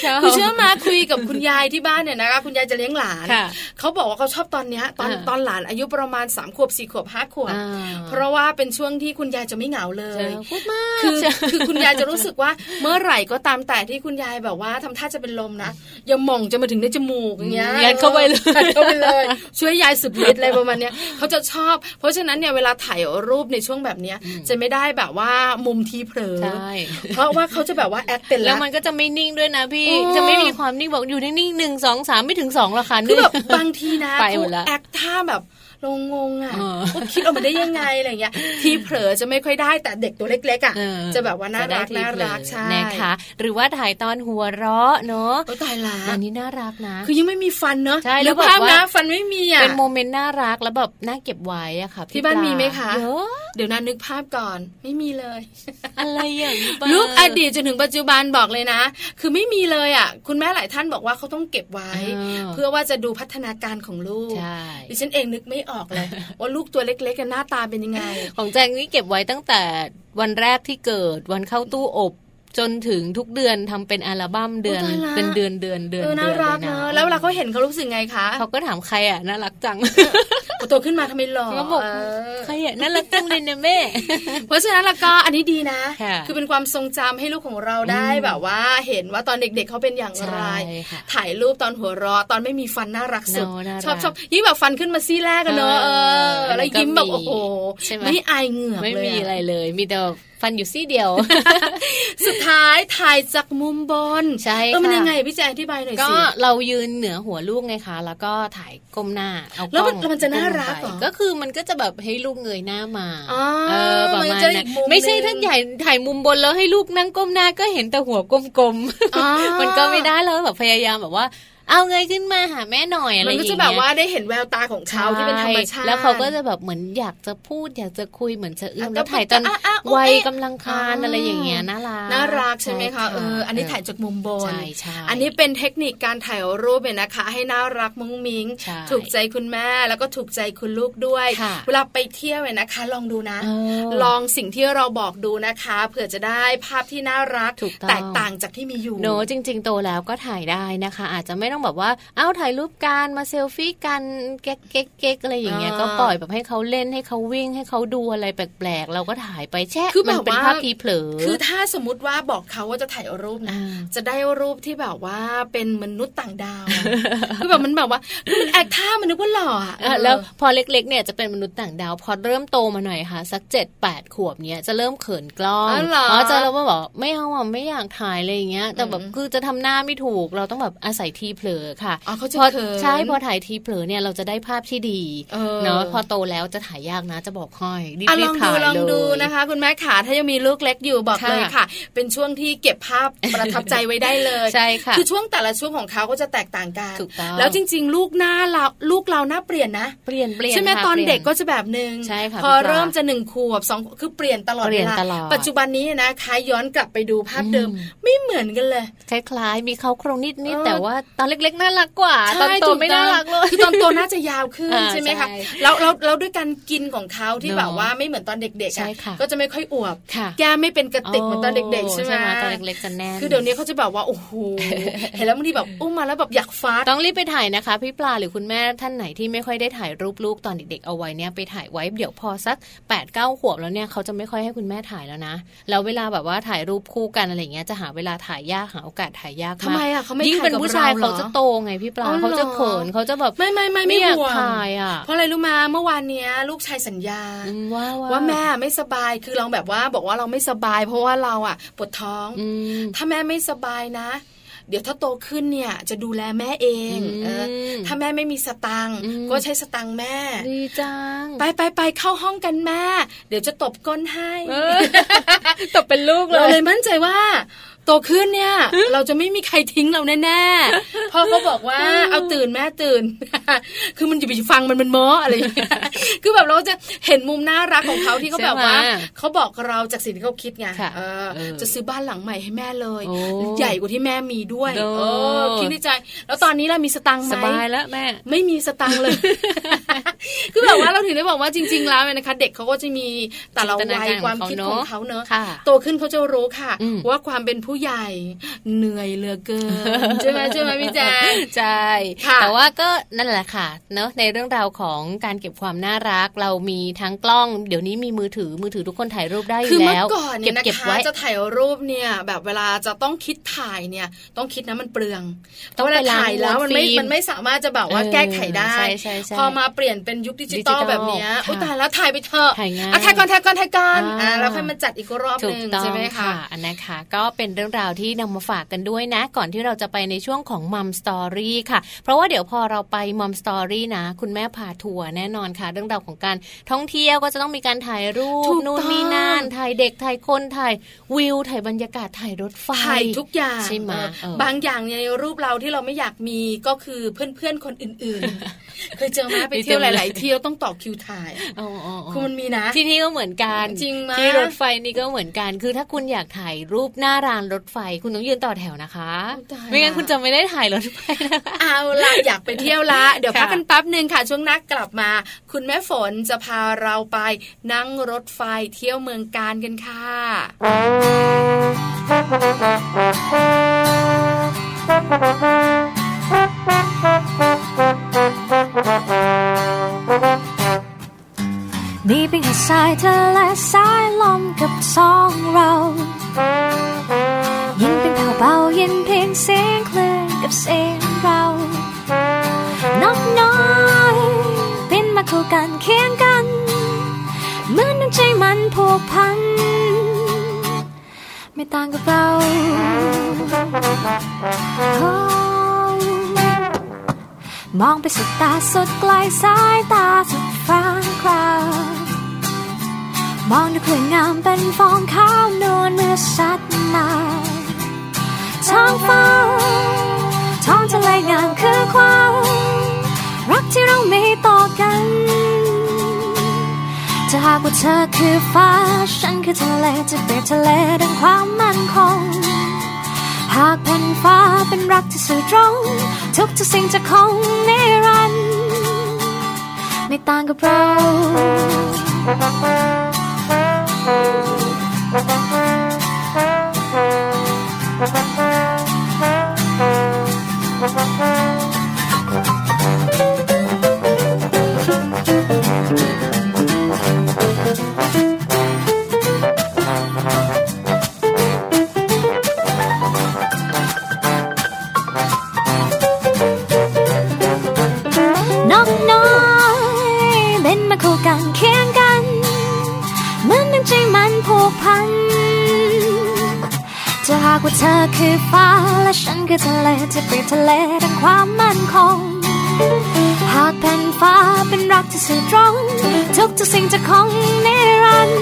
Speaker 2: ชอบ
Speaker 3: คือเชื่อมาคุยกับคุณยายที่บ้านเนี่ยนะคะคุณยายจะเลี้ยงหลาน
Speaker 2: ค่ะ
Speaker 3: เขาบอกว่าเขาชอบตอนเนี้ยตอน
Speaker 2: อ่า
Speaker 3: ตอนหลานอายุประมาณ3ามขวบ4ี่ขวบห้าขวบ
Speaker 2: อ่า
Speaker 3: เพราะว่าเป็นช่วงที่คุณยายจะไม่เหงาเล
Speaker 2: เจ
Speaker 3: ย
Speaker 2: อพูดมาก
Speaker 3: คือ
Speaker 2: เชียว
Speaker 3: คือคุณยายจะรู้สึกว่าเมื่อไหร่ก็ตามแต่ที่คุณยายแบบว่าทำท่าจะเป็นลมนะอย่ามองจะมาถึงในจมูกอย่างเงี้ย
Speaker 2: ยัดเข้าไปเลย
Speaker 3: ออดเข้าไปเลย ช่วยยายสุดฤทธิ์อะไรประมาณเนี้ย
Speaker 2: (laughs)
Speaker 3: เขาจะชอบ เพราะฉะนั้นเนี่ยเวลาถ่ายรูปในช่วงแบบเนี้ยจะไม่ได้แบบว่ามุมทีเผลอ
Speaker 2: ใช่
Speaker 3: เพราะว่าเขาจะแบบว่าแอคเป็น
Speaker 2: แล้
Speaker 3: แล้ว ว
Speaker 2: มันก็จะไม่นิ่งด้วยนะพี่
Speaker 3: โอ้
Speaker 2: จะไม่มีความนิ่งบอกอยู่นิ่งๆหนึ่งสองสามไม่ถึงสองหรอกค่ะ
Speaker 3: คือแบบ
Speaker 2: นี่
Speaker 3: บางทีนะ
Speaker 2: (laughs) ไปหมด
Speaker 3: เขา
Speaker 2: ละ
Speaker 3: แอคท่าแบบลงงงอ่ะ
Speaker 2: เออ
Speaker 3: ว่าคิดออกมาได้ยังไงอะไรเงี้ย (laughs) ทีเผลอจะไม่ค่อยได้แต่เด็กตัวเล็กๆอ่ะ
Speaker 2: เออ
Speaker 3: จะแบบว่าน่ารัก
Speaker 2: จะได้
Speaker 3: น่า
Speaker 2: ทีเผลอ
Speaker 3: รักใช่
Speaker 2: นะคะ หรือว่าถ่ายตอนหัวเราะเนาะ
Speaker 3: โอ้ยตายละ
Speaker 2: อันนี้น่ารักนะ
Speaker 3: คือยังไม่มีฟันเนอะ
Speaker 2: ใช่แล้ว
Speaker 3: นึกภาพ
Speaker 2: บอกว่า
Speaker 3: นะฟันไม่มีอ่ะ
Speaker 2: เป็นโมเมนต์น่ารักแล้วแบบน่าเก็บไว้อะค่ะ
Speaker 3: ที่บ้าน
Speaker 2: ปล
Speaker 3: มีไหมคะ
Speaker 2: เยอะ
Speaker 3: เดี๋ยวนะนึกภาพก่อนไม่มีเลย
Speaker 2: อะไรอย่างนี้บ้าง
Speaker 3: ลูกอดีตจนถึงปัจจุบันบอกเลยนะ คือไม่มีเลยอ่ะ คุณแม่หลายท่านบอกว่าเขาต้องเก็บไว้
Speaker 2: เออ
Speaker 3: เพื่อว่าจะดูพัฒนาการของลูก
Speaker 2: ใช่
Speaker 3: ดิฉันเองนึกไม่ออกเลย ว่าลูกตัวเล็กๆกันหน้าตาเป็นยังไง
Speaker 2: ของแจงนี่เก็บไว้ตั้งแต่วันแรกที่เกิด วันเข้าตู้อบ จนถึงทุกเดือนทำเป็นอัลบั้มเดือน
Speaker 3: โอ้ตายละ
Speaker 2: เป็นเดือนเดือนเดือน
Speaker 3: เออ
Speaker 2: เดื
Speaker 3: น่า
Speaker 2: อน
Speaker 3: รัก
Speaker 2: เลย
Speaker 3: เน
Speaker 2: นะ
Speaker 3: อะแล้วเวลาเขาเห็นเขารู้สึกไงคะ
Speaker 2: เขาก็ถามใครอ่ะน่ารักจัง
Speaker 3: พอโตขึ้นมาทำไมหล่อ
Speaker 2: เขาบอก
Speaker 3: เออ
Speaker 2: ใครอ่ะน่ารักจังเลยนะแม่
Speaker 3: เพราะฉะนั้นและก็อันนี้ดีนะ
Speaker 2: ค่ะ
Speaker 3: คือเป็นความทรงจำให้ลูกของเราได้
Speaker 2: อืม
Speaker 3: แบบว่าเห็นว่าตอนเด็กๆเขาเป็นอย่างไร
Speaker 2: ใช่ค่ะ
Speaker 3: ถ่ายรูปตอนหัวเราะตอนไม่มีฟันน่ารักสุด
Speaker 2: เนอะน่ารัก
Speaker 3: ชอบชอบยิ้มแบบฟันขึ้นมาซี่แรกกันเนอะเอ
Speaker 2: เออ
Speaker 3: อ แล้วยิ้มแบบ
Speaker 2: แล้วก็มี
Speaker 3: โอ้โห
Speaker 2: ใช่ไหม
Speaker 3: ไม่อายเหงือก
Speaker 2: ไม่
Speaker 3: เลย
Speaker 2: มีอะไร
Speaker 3: อะ
Speaker 2: เลย มีแต่ฟันอยู่ซี่เดียว
Speaker 3: สุดท้ายถ่ายจากมุมบน
Speaker 2: ใช่
Speaker 3: เออมัน
Speaker 2: ค่ะ
Speaker 3: ยังไงพี่แจงอธิบายหน่อย
Speaker 2: ก็
Speaker 3: สิ
Speaker 2: เรายืนเหนือหัวลูกไงคะ แล้วก็ถ่ายก้มหน้าเอาก
Speaker 3: แล้วมัน
Speaker 2: ล้อง
Speaker 3: แล้วมันจะน่ารัก
Speaker 2: ก้มลงไป
Speaker 3: เหรอ
Speaker 2: ก็คือมันก็จะแบบให้ลูกเงยหน้ามา
Speaker 3: อ๋อ
Speaker 2: เออประมาณ
Speaker 3: มันจะได้
Speaker 2: นั้
Speaker 3: อี
Speaker 2: น
Speaker 3: กมุม
Speaker 2: ไม่ใช่
Speaker 3: หนึ่ง
Speaker 2: ถ้าใหญ่ถ่ายมุมบนแล้วให้ลูกนั่งก้มหน้าก็เห็นแต่หัวกลม
Speaker 3: อ๋อ (laughs)
Speaker 2: ๆ มันก็ไม่ได้แล้วแบบพยายามแบบว่า เอาเงยขึ้นมาหาแม่หน่อยอะไร
Speaker 3: มั
Speaker 2: อน ย่าง
Speaker 3: ก็
Speaker 2: เงี้ย
Speaker 3: จะแบบว่าได้เห็นแววตาของเขาที่เป็นธรรมชาติ
Speaker 2: ใแล้วเขาก็จะแบบเหมือนอยากจะพูดอยากจะคุยเหมือนจะเอื้อม
Speaker 3: อ่ะ
Speaker 2: แล้วถ่ายตอน
Speaker 3: อ่ะอ่ะโอเค
Speaker 2: วัยกำลังคลาน
Speaker 3: อ่า
Speaker 2: อะไรอย่างเงี้ยน่ารัก
Speaker 3: น่ารักใช่ไหมคะเอออันนี้ถ่ายจากมุมบน
Speaker 2: ใช่ใช่
Speaker 3: อันนี้เป็นเทคนิคการถ่ายรูปเนี่ยนะคะ ให้น่ารักมุ้งมิง
Speaker 2: ใช่
Speaker 3: ถูกใจคุณแม่แล้วก็ถูกใจคุณลูกด้วย
Speaker 2: ค่ะ
Speaker 3: เวลาไปเที่ยวเนี่ยนะคะ ลองดูนะ
Speaker 2: เออ
Speaker 3: ลองสิ่งที่เราบอกดูนะคะเผื่อจะได้ภาพที่น่ารัก
Speaker 2: ถูกต้อง
Speaker 3: แตกต่างจากที่มีอยู่
Speaker 2: โนจริง ๆ โตแล้วก็ถ่ายได้นะคะ อาจจะไม่ต้องแบบว่า เอ้าถ่ายรูปกันมาเซลฟี่กันเก๊กเก๊กเก๊กอะไรอย่างเงี้ย
Speaker 3: อ่า
Speaker 2: ก็ปล่อยแบบให้เขาเล่นให้เขาวิ่งให้เขาดูอะไรแปลกๆ เราก็ถ่ายไปแช่
Speaker 3: คือ
Speaker 2: มั
Speaker 3: แบบ
Speaker 2: เป็น
Speaker 3: ว่า
Speaker 2: ภาพทีเผลอ
Speaker 3: คือถ้าสมมติว่าบอกเขาว่าจะถ่ายรูปนะ
Speaker 2: อ่า
Speaker 3: จะได้รูปที่แบบว่าเป็นมนุษย์ต่าง
Speaker 2: (laughs)
Speaker 3: ดาวอะคือแบบมันแบบว่าคือมันแอคท่ามันนึกว่าหล่ออะ
Speaker 2: อ่ะแล้วพอเล็กๆเนี่ยจะเป็นมนุษย์ต่างดาวพอเริ่มโตมาหน่อยค่ะ สักเจ็ดแปดขวบเนี่ยจะเริ่มเขินกล้อง
Speaker 3: อ๋อเหรออ๋
Speaker 2: อจะเราก็บอกไม่เอาอ่ะไม่อยากถ่ายอะไรอย่างเงี้ย แต่แบบ
Speaker 3: อืม
Speaker 2: คือจะทำหน้าไม่ถูกเราต้องแบบอาศัยทีเผล อค่ะ
Speaker 3: อ๋อเขาจะ
Speaker 2: พอ
Speaker 3: เขิน
Speaker 2: ใช่พอถ่ายทีเผลอเนี่ยเราจะได้ภาพที่ดี
Speaker 3: เออ
Speaker 2: เนาะพอโตแล้วจะถ่ายยากนะจะบอกให้รี
Speaker 3: อ่ะล
Speaker 2: บๆ
Speaker 3: องดู
Speaker 2: ถ่าย
Speaker 3: ลอง
Speaker 2: เลย
Speaker 3: ดูนะคะ คุณแม่ขาถ้ายังมีลูกเล็กอยู่บอก
Speaker 2: ค่ะ
Speaker 3: เลยค่ะ เป็นช่วงที่เก็บภาพประทับใจไว้ได้เลย
Speaker 2: ใช่ค่ะ
Speaker 3: คือช่วงแต่ละช่วงของเขาก็จะแตกต่างกัน
Speaker 2: ถูกต้อง
Speaker 3: แล้วจริง ๆ ลูกหน้าเราลูกเราหน้าเปลี่ยนนะ
Speaker 2: เปลี่ยนเปลี่ยน
Speaker 3: ใช่ไหม
Speaker 2: ค่ะ
Speaker 3: ตอน
Speaker 2: ปลี่ย
Speaker 3: เด็กก็จะแบบหนึ่ง
Speaker 2: ใช่ค่ะ
Speaker 3: พอ
Speaker 2: พี่ปลา
Speaker 3: เริ่มจะหนึ่งขวบสองคือเปลี่ยนตลอด
Speaker 2: เปลี่ยน
Speaker 3: วา
Speaker 2: ตลอด
Speaker 3: ปัจจุบันนี้นะคะย้อนกลับไปดูภาพเดิม
Speaker 2: อืม
Speaker 3: ไม่เหมือนกันเลย
Speaker 2: คล้ายๆ มีเขาโครงนิด
Speaker 3: เอ
Speaker 2: นิด
Speaker 3: อ
Speaker 2: แต่ว่าตอนเล็กๆน่ารักกว่า ตอนโต
Speaker 3: ถูก
Speaker 2: ไม่น่ารักเลย
Speaker 3: คือตอนโตน่าจะยาวขึ้น
Speaker 2: อ่า
Speaker 3: ใช่ไหมคะ
Speaker 2: ใช่
Speaker 3: แล้วแล้วแล้วด้วยการกินของเขาที่
Speaker 2: เนอะ
Speaker 3: แบบว่าไม่เหมือนตอนเด็กๆ
Speaker 2: ใช่
Speaker 3: อ่ะ
Speaker 2: ค่ะ
Speaker 3: ก็จะไม่ค่อยอวบ
Speaker 2: ค่ะ
Speaker 3: แก้มไม่เป็นกระติกเหมือนตอนเด็ก ๆ ใช่ไหม
Speaker 2: ตอนเล็กๆจะแน่น
Speaker 3: คือเดี๋ยวนี้เขาจะแบบว่าโอ้โหเห็นแล้วบางทีแบบอุ้มมาแล้วแบบอยากฟาด
Speaker 2: ต้องรีบไปถ่ายนะคะพี่ปลาหรือคุณแม่ท่านไหนที่ไม่ค่อยได้ถ่ายรูปลูกตอนเด็กๆเอาไว้เนี่ยไปถ่ายไว้เดี๋ยวพอสัก8ปดเก้าขวบแล้วเนี่ยเขาจะไม่ค่อยให้คุณแม่ถ่ายแล้วนะแล้วเวลาแบบว่าถ่ายรูปคู่กันอะไรเงี้ยจะหาเวลาถ่ายยากหาโอกาสถ่ายยากก
Speaker 3: ทำไมอะเขาไม่
Speaker 2: ยิ่ง
Speaker 3: ถ่าย
Speaker 2: เป็น
Speaker 3: กับ
Speaker 2: ผู้ชาย
Speaker 3: เราเหรอ
Speaker 2: เขาจะโตไงพี่ปลา
Speaker 3: อ๋อเหรอ
Speaker 2: เขาจะเขินเขาจะแบบ
Speaker 3: ไม่ไม่ไม่
Speaker 2: ไม่อยาก
Speaker 3: ห่วง
Speaker 2: ถ่ายอ่ะ
Speaker 3: เพราะอะไรรู้มาเมื่อวานเนี้ย ลูกชายสัญญา
Speaker 2: อืมว่า
Speaker 3: ว่าแม่ไม่สบายคือเราแบบว่าบอกว่าเราไม่สบาย เพราะว่าเราอ่ะปวดท้อง
Speaker 2: อืม
Speaker 3: ถ้าแม่ไม่สบายนะ เดี๋ยวถ้าโตขึ้นเนี่ยจะดูแลแม่เอง
Speaker 2: อืม
Speaker 3: เออถ้าแม่ไม่มีสตังค์
Speaker 2: อืม
Speaker 3: ก็ใช้สตังค์แม่
Speaker 2: ดีจัง
Speaker 3: ไปไปไปเข้าห้องกันแม่ เดี๋ยวจะตบก้นให้
Speaker 2: เออ ตบเป็นลูกเล
Speaker 3: เรา
Speaker 2: ย
Speaker 3: เลยมั่นใจว่า โตขึ้นเนี่ย เราจะไม่มีใครทิ้งเราแน่ๆพ่อเขาบอกว่าเอาตื่นแม่ตื่น (laughs) คือมันอย่าไปฟังมันมันโม้ออะไรอย่างเงี้ (laughs) ยคือแบบเราจะเห็นมุมน่ารักของเขาที่เขาแบบว่า
Speaker 2: ใช่ไหม
Speaker 3: เขาบอกเราจากสิ่งที่เขาคิดไง
Speaker 2: ค่ะ
Speaker 3: เออ
Speaker 2: เออ
Speaker 3: จะซื้อบ้านหลังใหม่ให้แม่เลย
Speaker 2: โอ้
Speaker 3: ใหญ่กว่าที่แม่มีด้วย
Speaker 2: โด
Speaker 3: เออคิดในใจ แล้วตอนนี้เรามีสตังค์ไหม
Speaker 2: สบายแล้วแม่
Speaker 3: ไม่มีสตังค์เลย (laughs) คือแบบว่าเราถึงได้บอกว่าจริง ๆ แล้วเนี่ยนะคะ เด็กเขาก็จะมีแต่ละ
Speaker 2: จินตนา
Speaker 3: วัย
Speaker 2: การ
Speaker 3: ความคิดของเขาเนอะ
Speaker 2: ค่ะ
Speaker 3: โตขึ้นเขาจะรู้ค่ะ
Speaker 2: อืม
Speaker 3: ว่าความเป็นผู้ใหญ่เหนื่อยเหลือเกิ
Speaker 2: (laughs)
Speaker 3: นใช่ไหมใช่ไหมพี่แจง
Speaker 2: ใช่
Speaker 3: ค่ะ
Speaker 2: แต่ว่าก็นั่นแหละค่ะเนอะในเรื่องราวของการเก็บความน่ารักเรามีทั้งกล้อง เดี๋ยวนี้มีมือถือมือถือทุกคนถ่ายรูปได้อ
Speaker 3: คื
Speaker 2: ยู่
Speaker 3: อเมื่
Speaker 2: แล้
Speaker 3: อ
Speaker 2: ว
Speaker 3: ก่อนเนี่
Speaker 2: เก็บ
Speaker 3: ยนะ
Speaker 2: เก็บ
Speaker 3: คะ
Speaker 2: ไว้
Speaker 3: จะถ่ายรูปเนี่ย แบบเวลาจะต้องคิดถ่ายเนี่ย ต้องคิดนะมันเปลือง
Speaker 2: ต้องไป
Speaker 3: เพระเวลาถ่ายแล้วมันไม่
Speaker 2: ล้างม้วนฟิล์ม
Speaker 3: มันไม่สามารถจะแบบว่า
Speaker 2: เออ
Speaker 3: แก้ไขได้
Speaker 2: ใช่ใช่ใช่
Speaker 3: พอมาเปลี่ยนเป็นยุคดิจิตอล
Speaker 2: ดิจิทัล
Speaker 3: แบบเนี้ย
Speaker 2: ค่ะ
Speaker 3: อุ้ยตายแล้วถ่ายไปเถอะ
Speaker 2: ถ่ายง่าย
Speaker 3: อ่ะถ่ายก่อนถ่ายก่อนถ่ายก่อนอ่ะ
Speaker 2: อ่า
Speaker 3: แล้วค่อยมาจัดอีกรอบ
Speaker 2: ถู
Speaker 3: ห
Speaker 2: ก
Speaker 3: นึ่ง
Speaker 2: ต้อง
Speaker 3: ใช่ไหมคะ
Speaker 2: ค่ะอันนะคะ ก็เป็นเรื่องราวที่นำมาฝากกันด้วยนะ ก่อนที่เราจะไปในช่วงของมัมสตอรี่ค่ะ เพราะว่าเดี๋ยวพอเราไปมัมสตอรี่นะ คุณแม่พาทัวร์แน่นอนค่ะ เรื่องราวของการท่องเที่ยวก็จะต้องมีการถ่ายรู
Speaker 3: ถู
Speaker 2: ป
Speaker 3: ก
Speaker 2: นู่น
Speaker 3: ต้อง
Speaker 2: นี่นั่นถ่ายเด็กถ่ายคนถ่ายวิวถ่ายบรรยากาศถ่ายรถไฟ
Speaker 3: ถ่ายทุกอย่าง
Speaker 2: ใช่ไหม
Speaker 3: เออ
Speaker 2: เออบ
Speaker 3: างอย่างในรูปเราที่เราไม่อยากมีก็คือเพื่อนๆคนอื่น (laughs) ๆ เคยเจอไหมไปเที่ยว
Speaker 2: มี
Speaker 3: ห
Speaker 2: เต็มเลย
Speaker 3: ลาย ๆ เที่ยวต้องต่อคิวถ่าย
Speaker 2: อ๋ออ๋ออ๋อ
Speaker 3: คือมันมีนะ
Speaker 2: ที่นี่ก็เหมือนกัน
Speaker 3: จริงมะ
Speaker 2: ที่รถไฟนี่ก็เหมือนกัน คือถ้าคุณอยากถ่ายรูปหน้ารานรถไฟ คุณต้องยืนต่อแถวนะคะ
Speaker 3: ตายละ
Speaker 2: ไม่งั้นคุณจะไม่ได้ถ่ายรถไฟนะคะ
Speaker 3: เอาละอยากไปเที่ยว (laughs) ละเดี๋ยว
Speaker 2: ค่ะ
Speaker 3: พักกันแป๊บหนึ่งค่ะช่วงหนักกลับมา คุณแม่ฝนจะพาเราไปนั่งรถไฟเที่ยวเมืองการกันค่ะ
Speaker 5: มีเพียงแค่สายเธอและสายลมกับสองเรา ยิ่งเป็นข่าวเบาเย็นเพียงเสียงคลื่นกับเสียงเรานกน้อยบินมาคู่กันเคียงกันเหมือนน้ำใจมันผูกพัน ไม่ต่างกับเราโอ้มองไปสุดตาสุดไกลสายตาสุดฟ้าคราวมองดูคลื่นงามเป็นฟองขาวนวลเมื่อชัดมาท้องฟ้าท้องทะเลงามคือความรักที่เรามีต่อกัน จะหากว่าเธอคือฟ้า ฉันคือทะเลจะเปรียบทะเลดังความมั่นคง หากแผ่นฟ้าเป็นรักที่สื่อตรง ทุกทุกสิ่งจะคงนิรันดร์ไม่ต่างกับเรา นกน้อยบินมาคู่กันเคียงกันเหมือนน้ำใจมันผูกพัน จะ จะหากว่าเธอคือฟ้า และฉันคือทะเลที่เปรียบทะเลดังความมั่นคง หากแผ่นฟ้าเป็นรักที่สื่อตรง ทุกทุกสิ่งจะคงนิรันดร์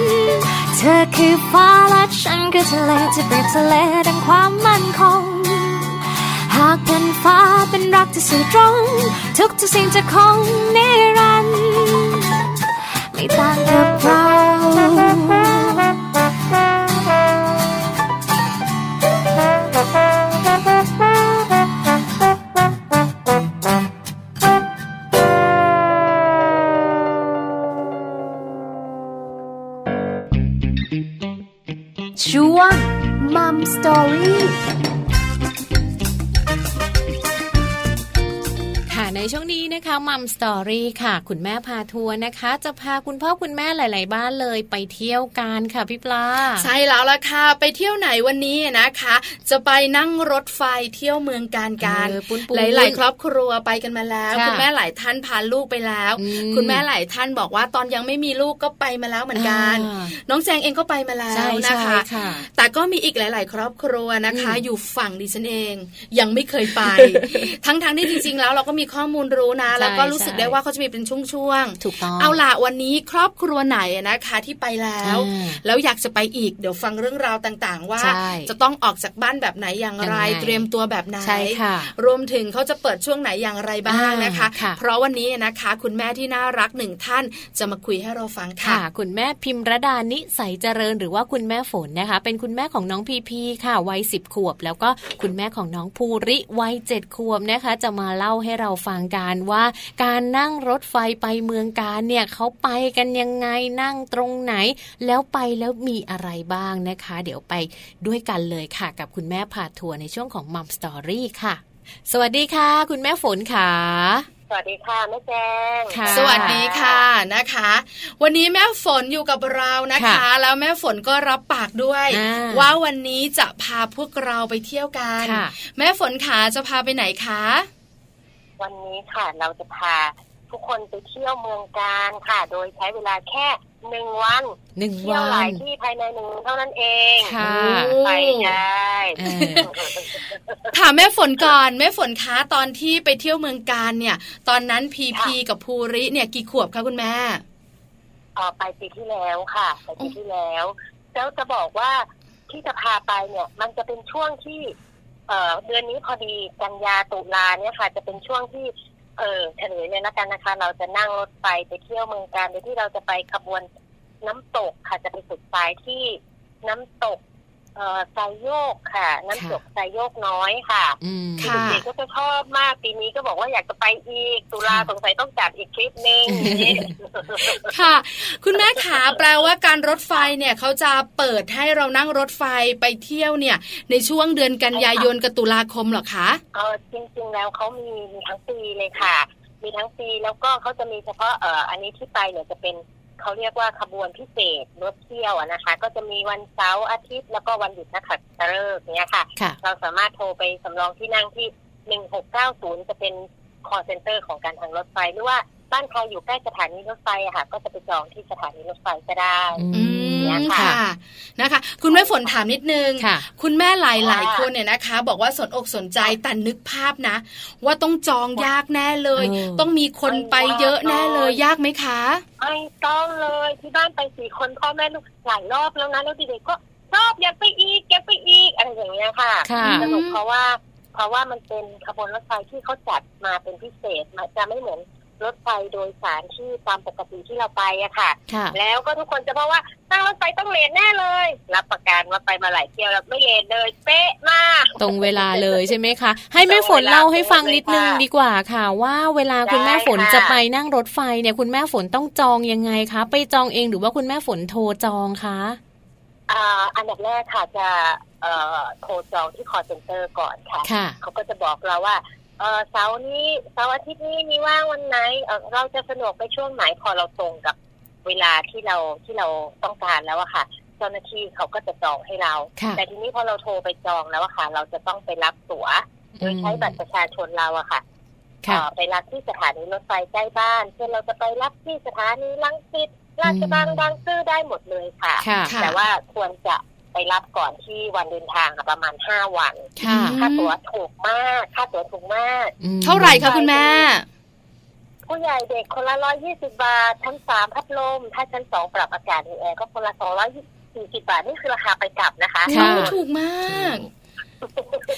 Speaker 5: เธอคือฟ้าและฉันคือทะเลที่เปรียบทะเลดังความมั่นคง หากแผ่นฟ้าเป็นรักที่สื่อตรง ทุกทุกสิ่งจะคงนิรันดร์ไม่ต่างกับเรา ช่วงมัมสตอรี่
Speaker 2: ค่ะในช่วงนี้นะคะมัมสตอรี่ค่ะ คุณแม่พาทัวร์นะคะ จะพาคุณพ่อคุณแม่หลาย ๆ บ้านเลยไปเที่ยวกันค่ะพี่ปลา
Speaker 3: ใช่แล้วล่ะค่ะ ไปเที่ยวไหนวันนี้นะคะ จะไปนั่งรถไฟเที่ยวเมืองการกัน
Speaker 2: เออปุ้น
Speaker 3: ห
Speaker 2: ๆ
Speaker 3: ลาย ๆ ครอบครัวไปกันมาแล้ว
Speaker 2: ค่ะ
Speaker 3: คุณแม่หลายท่านพาลูกไปแล้ว
Speaker 2: อืม
Speaker 3: คุณแม่หลายท่านบอกว่าตอนยังไม่มีลูกก็ไปมาแล้วเหมือนกัน
Speaker 2: อ่า
Speaker 3: น้องแจงเองก็ไปมาแล้
Speaker 2: ใช่
Speaker 3: ว
Speaker 2: ใช่
Speaker 3: นะคะ
Speaker 2: ค่ะ
Speaker 3: แต่ก็มีอีกหลาย ๆ ครอบครัวนะคะ
Speaker 2: อืม
Speaker 3: อยู่ฝั่งดิฉันเองยังไม่เคย
Speaker 2: (laughs)
Speaker 3: ไป ทั้ง ๆ ที่จริง ๆ แล้วเราก็มีข้อมูลรู้นะ
Speaker 2: ใช่
Speaker 3: แล้วก็รู้สึก
Speaker 2: ใช่
Speaker 3: ได้ว่าเขาจะมีเป็นช่วง ๆ
Speaker 2: ถูกต้อง
Speaker 3: เอาล่ะวันนี้ครอบครัวไหนนะคะที่ไปแล้ว
Speaker 2: อ่า
Speaker 3: แล้วอยากจะไปอีกเดี๋ยวฟังเรื่องราวต่างๆ ว่า
Speaker 2: ใช่
Speaker 3: จะต้องออกจากบ้านแบบไหนอย่างไร
Speaker 2: ยังไง
Speaker 3: เตรียมตัวแบบไหน
Speaker 2: ใช่ค่ะ
Speaker 3: รวมถึงเขาจะเปิดช่วงไหนอย่างไรบ้างนะคะ
Speaker 2: อ่าค่ะ
Speaker 3: เพราะวันนี้นะคะ คุณแม่ที่น่ารักหนึ่งท่านจะมาคุยให้เราฟังค่ะ
Speaker 2: ค่ะ คุณแม่พิมรดานิสัยเจริญหรือว่าคุณแม่ฝนนะคะ เป็นคุณแม่ของน้องพีพีค่ะวัยสิบขวบ แล้วก็คุณแม่ของน้องภูริวัยเจ็ดขวบนะคะ จะมาเล่าให้เราฟังกันว่า การนั่งรถไฟไปเมืองการเนี่ยเขาไปกันยังไงนั่งตรงไหน แล้วไปแล้วมีอะไรบ้างนะคะ เดี๋ยวไปด้วยกันเลยค่ะ กับคุณแม่พาทัวร์ในช่วงของมัมสตอรี่ค่ะ สวัสดีค่ะ คุณแม่ฝนค่ะ
Speaker 6: สวัสดีค่ะแม่แจง
Speaker 2: ค่ะ
Speaker 3: สวัสดีค่ะนะคะ วันนี้แม่ฝนอยู่กับเรานะคะ
Speaker 2: ค่ะ
Speaker 3: แล้วแม่ฝนก็รับปากด้วย
Speaker 2: อ่า
Speaker 3: ว่าวันนี้จะพาพวกเราไปเที่ยวกัน
Speaker 2: ค่ะ
Speaker 3: แม่ฝนขาจะพาไปไหนคะ
Speaker 6: วันนี้ค่ะเราจะพาทุกคนไปเที่ยวเมืองการค่ะ โดยใช้เวลาแค่หนึ่งวัน
Speaker 2: หนึ่ง
Speaker 6: เที่ยว
Speaker 2: วั
Speaker 6: หลาย
Speaker 2: น
Speaker 6: ที่ภายในหนึ่งวันเท่านั้นเอง
Speaker 2: ค่ะ
Speaker 6: ไปได้
Speaker 2: เออ
Speaker 3: ถามแม่ฝนก่อนแม่ฝนคะตอนที่ไปเที่ยวเมืองการเนี่ย ตอนนั้นพีพีกับภูริเนี่ยกี่ขวบคะคุณแม่
Speaker 6: เออไปปีที่แล้วค่ะไปปีที่แล้วแล้วจะบอกว่าที่จะพาไปเนี่ย มันจะเป็นช่วงที่ เอ่อเดือนนี้พอดีกันยาตุลาเนี่ยค่ะ จะเป็นช่วงที่ เออเฉลยเลยละกันนะคะ เราจะนั่งรถไฟไปเที่ยวเมืองการโดยที่เราจะไปขบวนน้ำตกค่ะ จะไปสุดปลายที่น้ำตก เอ่อไซโยกค่ะ น้ำตกไซโยกน้อยค่ะ
Speaker 2: อืม
Speaker 3: ค่ะ
Speaker 6: เด็กๆก็จะชอบมากปีนี้ก็บอกว่าอยากจะไปอีกตุลาสงสัยต้องจัดอีกคลิปหนึ่ง
Speaker 3: ค่ะ คุณแม่ขาแปลว่าการรถไฟเนี่ยเขาจะเปิดให้เรานั่งรถไฟไปเที่ยวเนี่ย ในช่วงเดือนกันยายนกับตุลาคมเหรอคะ
Speaker 6: เออจริงๆแล้วเขามีมีทั้งปีเลยค่ะ มีทั้งปีแล้วก็เขาจะมีเฉพาะเอออันนี้ที่ไปเนี่ยจะเป็นเขาเรียกว่าขบวนพิเศษรถเที่ยวอะนะคะ ก็จะมีวันเสาร์อาทิตย์แล้วก็วันหยุดนักขัตฤกษ์เนี่ยค่ะ
Speaker 2: ค่ะ
Speaker 6: เราสามารถโทรไปสำรองที่นั่งที่ 1690 จะเป็น call center ของการทางรถไฟ หรือว่าบ้านใครอยู่ใกล้สถานีรถไฟอะค่ะ ก็จะไปจองที่สถานีรถไฟก็ได้
Speaker 3: อื
Speaker 6: เนี่
Speaker 3: ม
Speaker 6: ย
Speaker 3: ค่ะ
Speaker 6: ค่ะ
Speaker 3: นะคะ คุณแม่ฝนถามนิดนึง
Speaker 2: ค่ะ
Speaker 3: คุณแม่หลายหลายๆคนเนี่ยนะคะ บอกว่าสนอกสนใจแต่นึกภาพนะ ว่าต้องจองยากแน่เลย
Speaker 2: เออ
Speaker 3: ต้องมีคนไปเยอะแน่เลยยากไหมคะ
Speaker 6: ไม่ต้องเลยที่บ้านไปสี่คนพ่อแม่ลูกหลายรอบแล้วนะแล้วเด็กๆก็ชอบอยากไปอีกอยากไปอีกอะไรอย่างเงี้ยค่ะ
Speaker 2: ค่ะ
Speaker 6: สนุกเพราะว่าเพราะว่ามันเป็นขบวนรถไฟที่เขาจัดมาเป็นพิเศษมันจะไม่เหมือนรถไฟโดยสารที่ตามปกติที่เราไปอะค่ะ
Speaker 2: ค่ะ
Speaker 6: แล้วก็ทุกคนจะบอกว่านั่งรถไฟต้องเลทแน่เลย รับประกันว่าไปมาหลายเที่ยวแล้วไม่เลทเลยเป๊ะมาก
Speaker 2: ตรงเวลาเลยใช่ไหมคะ ให้แม่ฝน
Speaker 6: ตรงเวลา
Speaker 2: เล่าให้ฟังนิดนึง
Speaker 6: เลยค่ะ
Speaker 2: ดีกว่าค่ะ ว่าเวลาคุณแม่ฝน
Speaker 6: ได้ค่ะ
Speaker 2: จะไปนั่งรถไฟเนี่ยคุณแม่ฝนต้องจองยังไงคะ ไปจองเองหรือว่าคุณแม่ฝนโทรจองคะ
Speaker 6: อ่าอันดับแรกค่ะจะเอ่อโทรจองที่คอเซ็นเตอร์ก่อนค่ะ
Speaker 2: ค่ะ
Speaker 6: เขาก็จะบอกเราว่า เออเสาร์นี้เสาร์อาทิตย์นี้มีว่างวันไหนเอ่อเราจะสะดวกไปช่วงไหนพอเราตรงกับเวลาที่เราที่เราต้องการแล้วอะค่ะ เจ้าหน้าที่เขาก็จะจองให้เรา
Speaker 2: ค่ะ
Speaker 6: แต่ทีนี้พอเราโทรไปจองแล้วอะค่ะ เราจะต้องไปรับตั๋ว โดยใช้บัตรประชาชนเราอะค่ะ
Speaker 2: ค่ะ
Speaker 6: เอ่อไปรับที่สถานีรถไฟใกล้บ้านเช่นเราจะไปรับที่สถานีลังสิตราชบังบางซื่อได้หมดเลยค่ะ
Speaker 2: ค่ะ
Speaker 3: ค่ะ
Speaker 6: แต่ว่าควรจะไป ไปรับก่อนที่วันเดินทางค่ะประมาณห้าวัน
Speaker 2: ค่ะ
Speaker 3: อืม
Speaker 6: ค่าตั๋วถูกมาก ค่าตั๋วถูกมาก
Speaker 2: อืม
Speaker 3: เท่าไหร่คะคุณแม่
Speaker 6: ผู้ใหญ่เด็กคนละร้อยยี่สิบาท ชั้นสามพัดลม ถ้าชั้นสองปรับอากาศมีแอร์ก็คนละสองร้อยสี่สิบาท นี่คือราคาไปกลับนะคะ
Speaker 2: ค่ะ
Speaker 3: ถูกมาก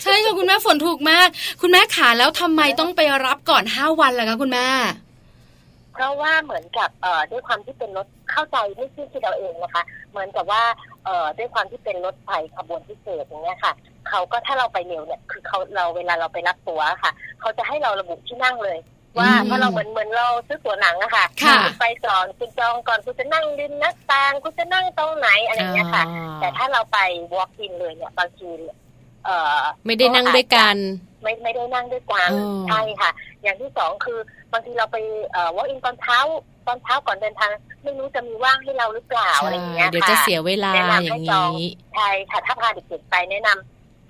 Speaker 3: ใช่ค่ะคุณแม่ฝนถูกมาก คุณแม่ขาแล้วทำไมต้องไปรับก่อนห้าวันล่ะคะคุณแม่
Speaker 6: เพราะว่าเหมือนกับเอ่อด้วยความที่เป็นรถเข้าใจไม่ใช่คิดเราเองนะคะ เหมือนกับว่าเอ่อด้วยความที่เป็นรถไฟขบวนพิเศษอย่างเงี้ยค่ะเขาก็ถ้าเราไปเร็วเนี่ยคือเขาเราเวลาเราไปรับตั๋วค่ะ เขาจะให้เราระบุที่นั่งเลย ว่า
Speaker 2: อืม
Speaker 6: เพราะเราเหมือนเหมือนเราซื้อตั๋วหนังอะค่ะ
Speaker 3: ค่ะ
Speaker 6: ณไปก่อนคุณจองก่อนคุณจะนั่งริมหน้าต่างคุณจะนั่งตรงไหนอะไรอย่างเงี้ยค่ะ
Speaker 2: อ่า
Speaker 6: แต่ถ้าเราไป walk in เลยเนี่ยบางทีเอ่อ
Speaker 2: ไม่ได้นั่งด้วยกัน
Speaker 6: ไม่ไม่ได้นั่งด้วยกัน
Speaker 2: อ๋อ
Speaker 6: ใช่ค่ะ อย่างที่สองคือบางทีเราไปเอ่อ walk in ตอนเช้า ตอนเช้าก่อนเดินทาง ไม่รู้จะมีว่างให้เราหรือเปล่าอะไรอย่างเงี้ย
Speaker 2: เดี๋ยว
Speaker 6: ค่ะ
Speaker 2: จะเสียเวลา
Speaker 6: แนะนำให้
Speaker 2: อย่าง
Speaker 6: จอ
Speaker 2: นี้
Speaker 6: ง ใช่ค่ะถ้าพาเด็กๆไปแนะนำ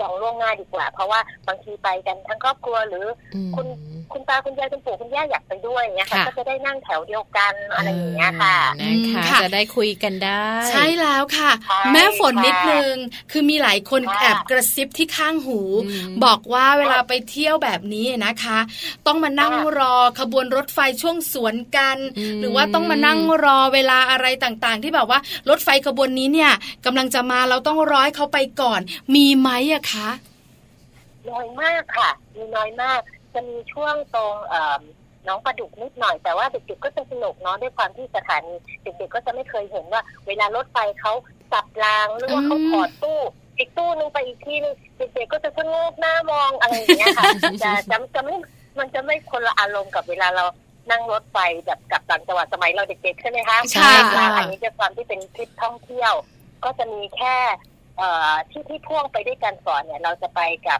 Speaker 6: จองล่วงหน้าดีกว่า เพราะว่าบางทีไปกันทั้งครอบครัวหรือ
Speaker 2: อืม
Speaker 6: คุณคุณตาคุณยายคุณปู่คุณย่าอยากไปด้วยอย่างเงี้ยค่ะ
Speaker 2: ค่ะ
Speaker 6: ก็จะได้นั่งแถวเดียวกันอะไรอย่างเงี้ยค่ะ
Speaker 2: เออนะคะ
Speaker 3: ค่ะ
Speaker 2: จะได้คุยกันได้
Speaker 3: ใช่แล้วค่ะ
Speaker 6: ใช่
Speaker 3: แม่ฝนนิดนึง คือมีหลายคน
Speaker 6: ค่ะ
Speaker 3: แอบกระซิบที่ข้างหู
Speaker 2: อืม
Speaker 3: บอกว่าเวลาไปเที่ยวแบบนี้นะคะ ต้องมานั่ง
Speaker 6: ค่ะ
Speaker 3: รอขบวนรถไฟช่วงสวนกัน
Speaker 2: ม
Speaker 3: หรือว่าต้องมานั่งรอเวลาอะไรต่างๆ ที่แบบว่ารถไฟขบวนนี้เนี่ยกำลังจะมาเราต้องร้อยเขาไปก่อน มีไหมอะคะ
Speaker 6: น้อยมากค่ะ มีน้อยมาก จะมีช่วงตรงเอิ่มน้องประดุกนิดหน่อย แต่ว่าเด็กๆก็จะสนุกเนาะด้วยความที่สถานีเด็กๆก็จะไม่เคยเห็นว่า เวลารถไฟเขาสับรางหรือว่าเขา
Speaker 3: อืม
Speaker 6: ถอดตู้อีกตู้นึงไปอีกที่นึงเด็กๆก็จะชะโงกหน้ามองอะไรอย่างเงี้ยค่ะ จะจะจะไม่มันจะไม่คนละอารมณ์กับเวลาเรานั่งรถไฟแบบกลับต่างจังหวัดสมัยเราเด็กๆใช่ไหมคะ
Speaker 3: ใช่ค่ะ
Speaker 6: อันนี้ด้วยความที่เป็นทริปท่องเที่ยว ก็จะมีแค่ เอ่อที่ที่พ่วงไปด้วยกันก่อนเนี่ย เราจะไปกับ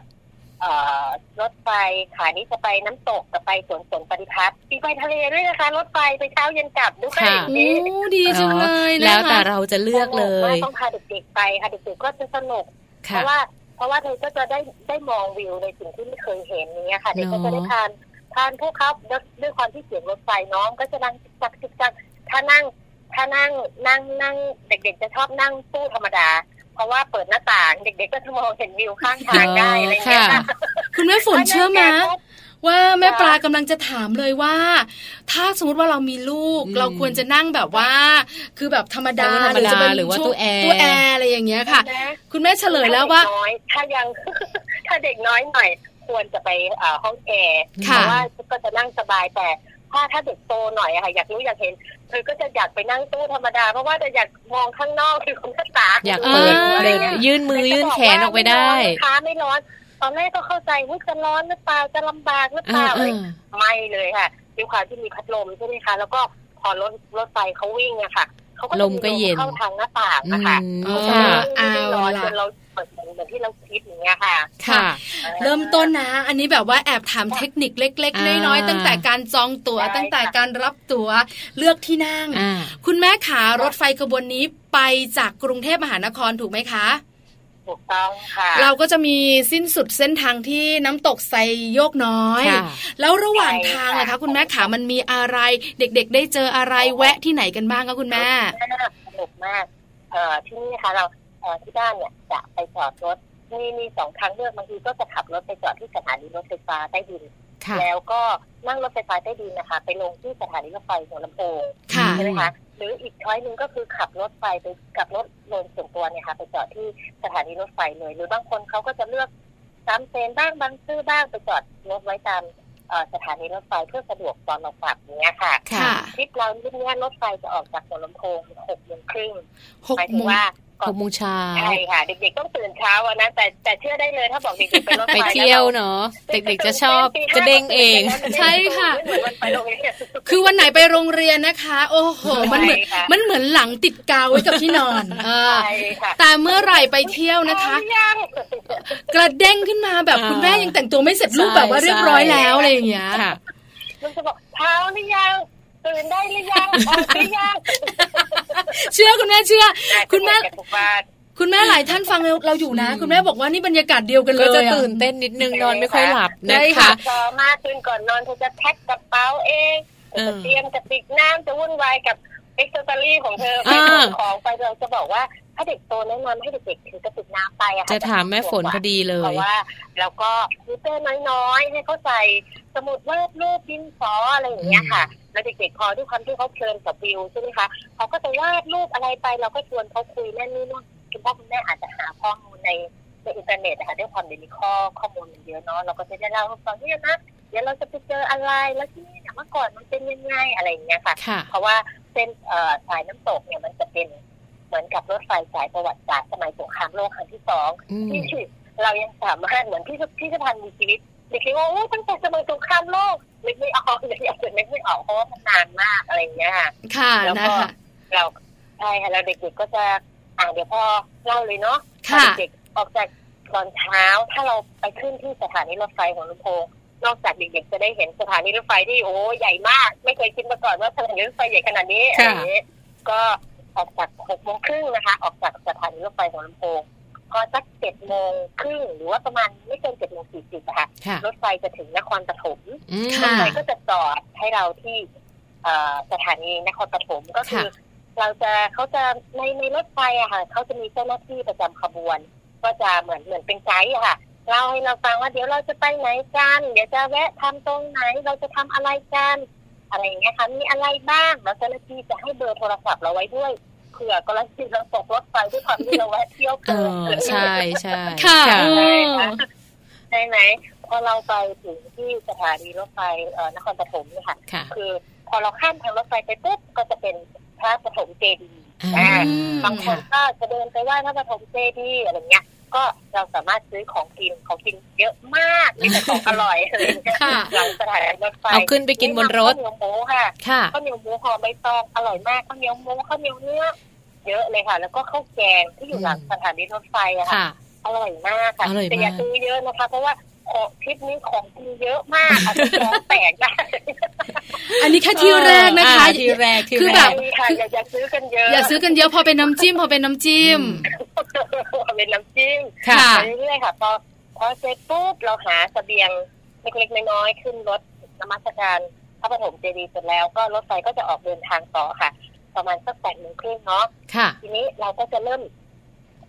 Speaker 6: เอ่อรถไฟขานี้จะไปน้ำตกจะไปสวนสนปฏิพัฒน์มีไปทะเลด้วยนะคะ รถไฟไปเช้าเย็นกลับด้วย
Speaker 2: ค่ะ
Speaker 3: โอ้ดีจังเลยนะ
Speaker 2: แล้วแต่
Speaker 3: คะ
Speaker 2: เราจะเลือกเล
Speaker 6: สนุ
Speaker 2: ย
Speaker 6: มากต้องพาเด็กๆไปค่ะเด็กๆก็จะสนุก เพ
Speaker 2: ค่ะ
Speaker 6: ราะว่าเพราะว่าเธอก็จะได้ได้มองวิวในสิ่งที่ไม่เคยเห็นเนี้ยค่ะ
Speaker 2: เน
Speaker 6: เด็
Speaker 2: อะ
Speaker 6: กก็จะได้ทานทานพวกเขาด้วยด้วยความที่เสียงรถไฟน้องก็จะนั่งจิกจักจิกจักถ้านั่งถ้านั่งนั่งนั่งเด็กๆจะชอบนั่งตู้ธรรมดา เพราะว่าเปิดหน้าต่าง เด็กๆก็จะมองเห็นวิวข้างทางได้อะไรอย่างเงี้ยค่ะ
Speaker 3: คุณแม่ฝนเชื่อไหม
Speaker 6: ถ้านั่งแกปุ๊บ
Speaker 3: ว่าแม่
Speaker 6: ค่ะ
Speaker 3: ปลากำลังจะถามเลยว่า ถ้าสมมติว่าเรามีลูก
Speaker 2: อืม
Speaker 3: เราควรจะนั่งแบบว่า คือแบบธรรมดา
Speaker 2: ธรรมดา
Speaker 3: จะเป็น
Speaker 2: หรือว่า
Speaker 3: ช่ง
Speaker 2: ตู้แอร์
Speaker 3: ตู้แอร์อะไรอย่างเงี้ยค่ะ
Speaker 6: ใช่ไหม
Speaker 3: คุณแม่เฉลยแล้วว่า
Speaker 6: ถ้เด็กน้อยถ้ายัง (laughs) ถ้าเด็กน้อยหน่อย ควรจะไปเอ่อห้องแอร์เพ
Speaker 3: ค่ะ
Speaker 6: ราะว่าก็จะนั่งสบายแต่ ถ้าถ้าเด็กโตหน่อยอะค่ะอยากรู้อยากเห็นเธอก็จะอยากไปนั่งตู้ธรรมดา เพราะว่าจะอยากมองข้างนอกคือคุณตาง
Speaker 2: อยากเปิด
Speaker 3: อ
Speaker 2: เบรกยื่นมือยื่นแขนออกไปได้
Speaker 6: ค้าไม่ร้อน ตอนแรกก็เข้าใจว่าจะร้อนหรือเปล่าจะลำบากหรือเป
Speaker 2: อ่า
Speaker 6: ล่า
Speaker 2: อ่า
Speaker 6: ไม่เลยค่ะด้วยความที่มีพัดลมใช่ไหมคะแล้วก็พอรถรถไฟเขาวิ่งอะค่ะเขาก็จะ
Speaker 2: ลมก็เย็น
Speaker 6: เข้าทางหน้าต่าง
Speaker 2: อื
Speaker 6: นะ
Speaker 2: ม
Speaker 6: คะ
Speaker 2: ค่ะ
Speaker 3: เอา
Speaker 6: ร้อน
Speaker 3: ล่ะ
Speaker 6: จนเราเปิดเหมือนที่เราคิดอย่างเงี้ยค่ะ
Speaker 2: ค่ะ
Speaker 3: เริ่มต้นนะ อันนี้แบบว่าแอบถามเทคนิคเล็ก
Speaker 2: อ่า
Speaker 3: ๆ น้อยๆตั้งแต่การจองตัว๋ว ตั้งแต่การรับตัว๋วเลือกที่นั่ง
Speaker 2: อ่า
Speaker 3: คุณแม่ขารถไฟขบวนนี้ไปจากกรุงเทพมหานครถูกไหมคะ
Speaker 6: ถูกต้องค่ะ
Speaker 3: เราก็จะมีสิ้นสุดเส้นทางที่น้ำตกไซโยกน้อย
Speaker 2: ค่ะ
Speaker 3: แล้วระหว่างทางนะคะคุณแม่ขามันมีอะไร เด็กๆ ได้เจออะไรแวะที่ไหนกันบ้างคะคุณแม่
Speaker 6: สนุกมาก เอ่อที่นี่นะคะเราเอ่อที่บ้านเนี่ยจะไปจอดรถมีมีสองทางเลือกบางทีก็จะขับรถไปจอดที่สถานีรถไฟฟ้าใต้ดิน
Speaker 2: ค่ะ
Speaker 6: แล้วก็นั่งรถไฟฟ้าใต้ดินนะคะ ไปลงที่สถานีรถไฟหัวลำโพง
Speaker 3: ค่ะ
Speaker 6: ใช่ไหมคะหรืออีกช้อยหนึ่งก็คือขับรถไฟไปกับรถโดยส่วนตัวเนี่ยค่ะไปจอดที่สถานีรถไฟเลย หรือบางคนเขาก็จะเลือกสามเซนบ้างบางซื่อบ้างไปจอดรถไว้ตามเอ่อสถานีรถไฟเพื่อสะดวกตอนเรากลับอย่างเนี้ยค่ะ
Speaker 2: ค่ะ
Speaker 6: ทริปเราเรื่องนี้รถไฟจะออกจากหัวลำโพงหกโมงครึ่ง
Speaker 3: หก
Speaker 6: หมายถึ
Speaker 3: โม
Speaker 6: ง
Speaker 3: ง
Speaker 6: ว่า
Speaker 2: หกโมงเช้า
Speaker 6: ใช่ค่ะ เด็กๆต้องตื่นเช้าอะนะแต่แต่เชื่อได้เลยถ้าบอกเด็กๆไปรถไฟ
Speaker 2: ไปเที่ยวเนาะเด็กๆจะชอบกระเด้งเอง
Speaker 3: ใช่ค่ะ
Speaker 6: เหมือนมันไปโรงเรียน
Speaker 3: คือวันไหนไปโรงเรียนนะคะ โอ้โห มันเหมือน
Speaker 6: ใช่ค่ะ
Speaker 3: มันเหมือนหลังติดกาวไว้กับที่นอนเออ
Speaker 6: ใช่ค่ะ
Speaker 3: แต่เมื่อไหร่ไปเที่ยวนะคะ
Speaker 6: พร้อมหรือยัง
Speaker 3: กระเด้งขึ้นมาแบบ
Speaker 2: อ่า
Speaker 3: คุณแม่ยังแต่งตัวไม่เสร็จ
Speaker 2: ใช่
Speaker 3: รูปแบบว่าเรียบร้อยแล้ว
Speaker 2: ใช่
Speaker 3: อะไรอย่างเงี้ย
Speaker 2: ค่ะ
Speaker 6: มันจะบอกเท้าหรือยังตื่นได้หรือยังออกหรือยัง
Speaker 3: เชื่อคุณแม่เชื่อ คุณแม่
Speaker 6: ได้กันทุกบ้าน
Speaker 3: คุณแม่หลายท่านฟังเราอยู่นะ
Speaker 2: อืม
Speaker 3: คุณแม่บอกว่านี่บรรยากาศเดียวกันเล
Speaker 2: ก็
Speaker 3: ย
Speaker 2: จะ
Speaker 3: อะ
Speaker 2: ตื่นเต้นนิดนึงนอนไม่ค่อยหลับ
Speaker 3: ได้
Speaker 2: นะ
Speaker 3: ค่ะ
Speaker 2: คะ
Speaker 6: พอมากขึ้นก่อนนอนเธอจะแพ็คกระเป๋าเอง
Speaker 2: เออ
Speaker 6: จะเตรียมจะปิดน้ำจะวุ่นวายกับเอ็กซ์ตอรี่ของเธอไป
Speaker 2: อ่า
Speaker 6: ขนของไปเราจะบอกว่าพ ถ้าเด็กโตแนะนำให้เด็กๆถือกระติกน้ำไปอค่
Speaker 2: จะถามแม่ฝนพอดีเลย
Speaker 6: เพราะว่าแล้วก็นิเตอร์น้อยๆให้เขาใส่สมุดวาดรูปดินสออะไรอย่างเงี้ยค่ะ แล้วเด็กๆพอด้วยความที่เขาเพลินกับวิวใช่ไหมคะเขาก็จะวาดรูปอะไรไปเราก็ชวนเขาคุยแม่นนี่นู่นคุณพ่อคุณแม่อาจจะหาข้อมูลในในอินเทอร์เน็ตนะคะด้วยความเดี๋ยวนี้ข้อข้อมูลมันเยอะเนาะเราก็จะได้เล่าให้ฟังเนี่ยนะเดี๋ยวเราจะไปเจออะไรแล้วที่นี่เนี่ยเมื่อก่อนมันเป็นยังไงอะไรอย่างเงี้ยค่ะ
Speaker 2: ค่ะ
Speaker 6: เพราะว่าเส้นเอ่อสายน้ำตกเนี่ยมันจะเป็นเหมือนกับรถไฟสายประวัติศาสตร์สมัยสงครามโลกครั้งที่สอง
Speaker 2: อืม
Speaker 6: ที่เรายังสามารถเหมือนที่พิพิธภัณฑ์มีชีวิตเด็กคิดว่าโอ้ตั้งแต่สมัยสงครามโลกนึกไม่ออกเลยอยาก (laughs) จะนึกไม่ออกเพราะว่ามันนานมากอะไรอย่างเงี้ยค่ะ
Speaker 3: ค่ะ
Speaker 6: แล้ว
Speaker 3: นะ
Speaker 6: ก็
Speaker 3: คะ
Speaker 6: เราใช่ค่ะเราเด็กๆก็จะอ่าเดี๋ยวพอเล่าเลยเนาะ
Speaker 3: ค่ะ
Speaker 6: ตอนเด็กๆออกจากตอนเช้าถ้าเราไปขึ้นที่สถานีรถไฟของลำโพงนอกจากเด็กๆจะได้เห็นสถานีรถไฟที่โอ้ใหญ่มาก ไม่เคยคิดมาก่อนว่าสถานีรถไฟใหญ่ขนาดนี้อะไร
Speaker 2: ค่ะ
Speaker 6: อย่างนี้ก็ออกจากหกโมงครึ่งนะคะ ออกจากสถานีรถไฟของลำโพงพอสักเจ็ดโมงครึ่งหรือว่าประมาณไม่เกินเจ็ดโมงสี่สิบนะคะ
Speaker 2: ค่ะ
Speaker 6: รถไฟจะถึงนครปฐม
Speaker 2: อืม
Speaker 3: ค่ะ
Speaker 6: รถไฟก็จะจอดให้เราที่เอ่อสถานีนครปฐมก็คือ
Speaker 2: ค่ะ
Speaker 6: เราจะเขาจะในในรถไฟอะค่ะเขาจะมีเจ้าหน้าที่ประจำขบวน ก็จะเหมือนเหมือนเป็นไกด์อะค่ะเล่าให้เราฟังว่าเดี๋ยวเราจะไปไหนกัน เดี๋ยวจะแวะทำตรงไหนเราจะทำอะไรกันอะไรอย่างเงี้ยค่ะมีอะไรบ้างแล้วเจ้าหน้าที่จะให้เบอร์โทรศัพท์เราไว้ด้วยเผื่อกรณีเราตกรถไฟด้วยความที่เราแวะเที่ยว
Speaker 2: เอ
Speaker 6: เกิน
Speaker 2: อใช่ใช่
Speaker 3: ค่ะ
Speaker 6: ใช่ค่ะใช่ไหมพอเราไปถึงที่สถานีรถไฟเอ่อนครปฐมเนี่ยค่ะ
Speaker 2: ค่ะ
Speaker 6: คือพอเราข้ามทางรถไฟไปปุ๊บก็จะเป็นพระปฐมเจดีย์
Speaker 2: อืม
Speaker 6: อ่า
Speaker 3: อืม
Speaker 6: บางคนก็จะเดินไปไหว้พระปฐมเจดีย์อะไรเงี้ย ก็เราสามารถซื้อของกินของกินเยอะมากมีแต่ของอร่อยอะไรเงี้ย
Speaker 3: ค่ะ
Speaker 6: หลังสถานีรถไฟ
Speaker 2: เอาขึ้นไปกินบนรถ
Speaker 6: ข้าวเหนียวหมูค่ะ
Speaker 2: ค่ะ
Speaker 6: ข้าวเหนียวหมูห่อใบตองอร่อยมากข้าวเหนียวหมูข้าวเหนียวเนื้อเยอะเลยค่ะ แล้วก็ข้าวแกงที่อยู่หลัง
Speaker 2: อืม
Speaker 6: สถานีรถไฟอะค่ะ
Speaker 2: ค่ะ
Speaker 6: อร่อยมากค่ะ
Speaker 2: อร่อยมาก
Speaker 6: แต่อย่าซื้อเยอะนะคะ เพราะว่าของทริปนี้ของกินเยอะมากอาจจะท้องแตกได้
Speaker 3: อันนี้แค่ที่แรกนะคะ
Speaker 2: อ่าที่แรกที่
Speaker 3: คือ
Speaker 2: รก
Speaker 3: แบบ
Speaker 6: ค่ะอย่าอย่าซื้อกันเยอะ
Speaker 3: อย่าซื้อกันเยอะพอเป็นน้ำจิ้มพอเป็นน้ำจิ้ม
Speaker 6: เอาเป็นน้ำจิ้ม
Speaker 2: ค่ะ
Speaker 6: ไปเรื่อยๆค่ะพอพอเสร็จปุ๊บเราหาเสบียงเล็กๆน้อยๆขึ้นรถนมัสการพระปฐมเจดีย์เสร็จแล้วก็รถไฟก็จะออกเดินทางต่อค่ะ ประมาณสักแปดโมงครึ่งเนาะ
Speaker 2: ค่ะ
Speaker 6: ทีนี้เราก็จะเริ่ม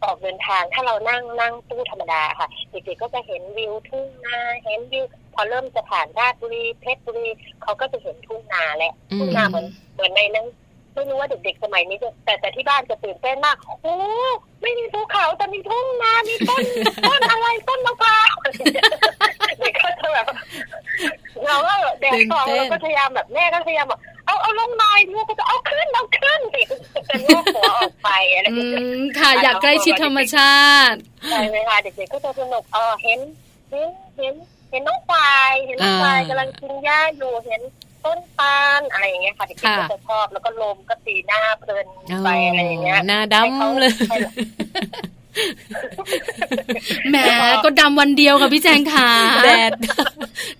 Speaker 6: ออกเดินทางถ้าเรานั่งนั่งตู้ธรรมดาค่ะเด็กๆก็จะเห็นวิวทุ่งนาเห็นวิวพอเริ่มจะผ่านราชบุรีเพชรบุรีเขาก็จะเห็นทุ่งนาและ
Speaker 2: อืม
Speaker 6: ทุ่งนาเหมือนเหมือนในหนั้นไม่รู้ว่าเด็กๆสมัยนี้จะแต่แต่ที่บ้านจะตื่นเต้นมากโอ้ไม่มีภูเขาแต่มีทุ่งนามีต้น
Speaker 2: (laughs)
Speaker 6: ต้นอะไรต้นมะพร้าวเด็กก็จะแบบเราก็แดกซองเราก็พยายามแบบแม่ก็พยายามบอกเอาเอาลงหน่อยลูกก็จะเอาขึ้นเอาขึ้น (laughs) เป็นลูกหัวออกไปอะไร
Speaker 3: อืมค่ะ อยากใกล้ชิดธรรมชาติ
Speaker 6: ใช่ไหมคะเด็กๆก็จะสนุกอ๋อเห็นเห็นเห็นเห็นน้องควายเห็นน้องควา
Speaker 2: อ่าก
Speaker 6: ยำลังกินหญ้าอยู่เห็นต้นปาล์มอะไรอย่างเงี้ยค่ะเด็กๆก็
Speaker 2: ค่ะ
Speaker 6: จะชอบแล้วก็ลมก็ตีหน้าเพลินไปอะไรอย่างเงี้ย
Speaker 2: หน้าดำเลย
Speaker 3: แหมก็ดำวันเดียวค่ะพี่แจงค่ะ
Speaker 2: แดด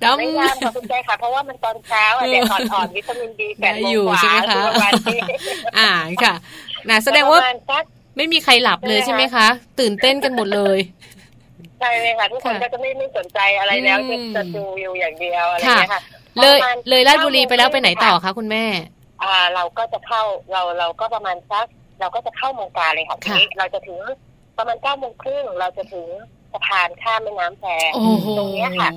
Speaker 2: ด
Speaker 6: ไม่
Speaker 2: ำ
Speaker 6: ยากค่ะคุณใจค่ะ เพราะว่ามันตอนเช้าอะแดดอ่อนๆวิตามินดีแปดโม
Speaker 2: ได้
Speaker 6: ง
Speaker 2: อยู่
Speaker 6: กว่า
Speaker 2: ใช่ไหมคะ
Speaker 6: อประมาณนี้
Speaker 2: อ่าค่ะนะแสดงว่า
Speaker 6: ประมณสัก
Speaker 2: ไม่มีใครหลับเลยใช่ไหมคะ ตื่นเต้นกันหมดเลย
Speaker 6: ใช่เลยค่ะทุกคน
Speaker 2: ค่ะ
Speaker 6: ก็จะไม่ไม่สนใจอะไรแล้ว
Speaker 2: อื
Speaker 6: จะ
Speaker 2: ม
Speaker 6: จะดูวิวอย่างเดียวอะไรอย่างเงี้ยค่ะ
Speaker 2: เลย
Speaker 6: ประมาณ
Speaker 2: เลยราชบุรีไปแล้วไปไหนต่อคะคุณแม่
Speaker 6: อ่า เราก็จะเข้าเราเราก็ประมาณสักเราก็จะเข้าเมืองกาเลยค่ะทีนี้เราจะถึงประมาณเก้าโมงครึ่งเราจะถึงสะพานข้ามแม่น้ำแพ
Speaker 3: โอ้โห
Speaker 6: ตรงเนี้ยค่ะ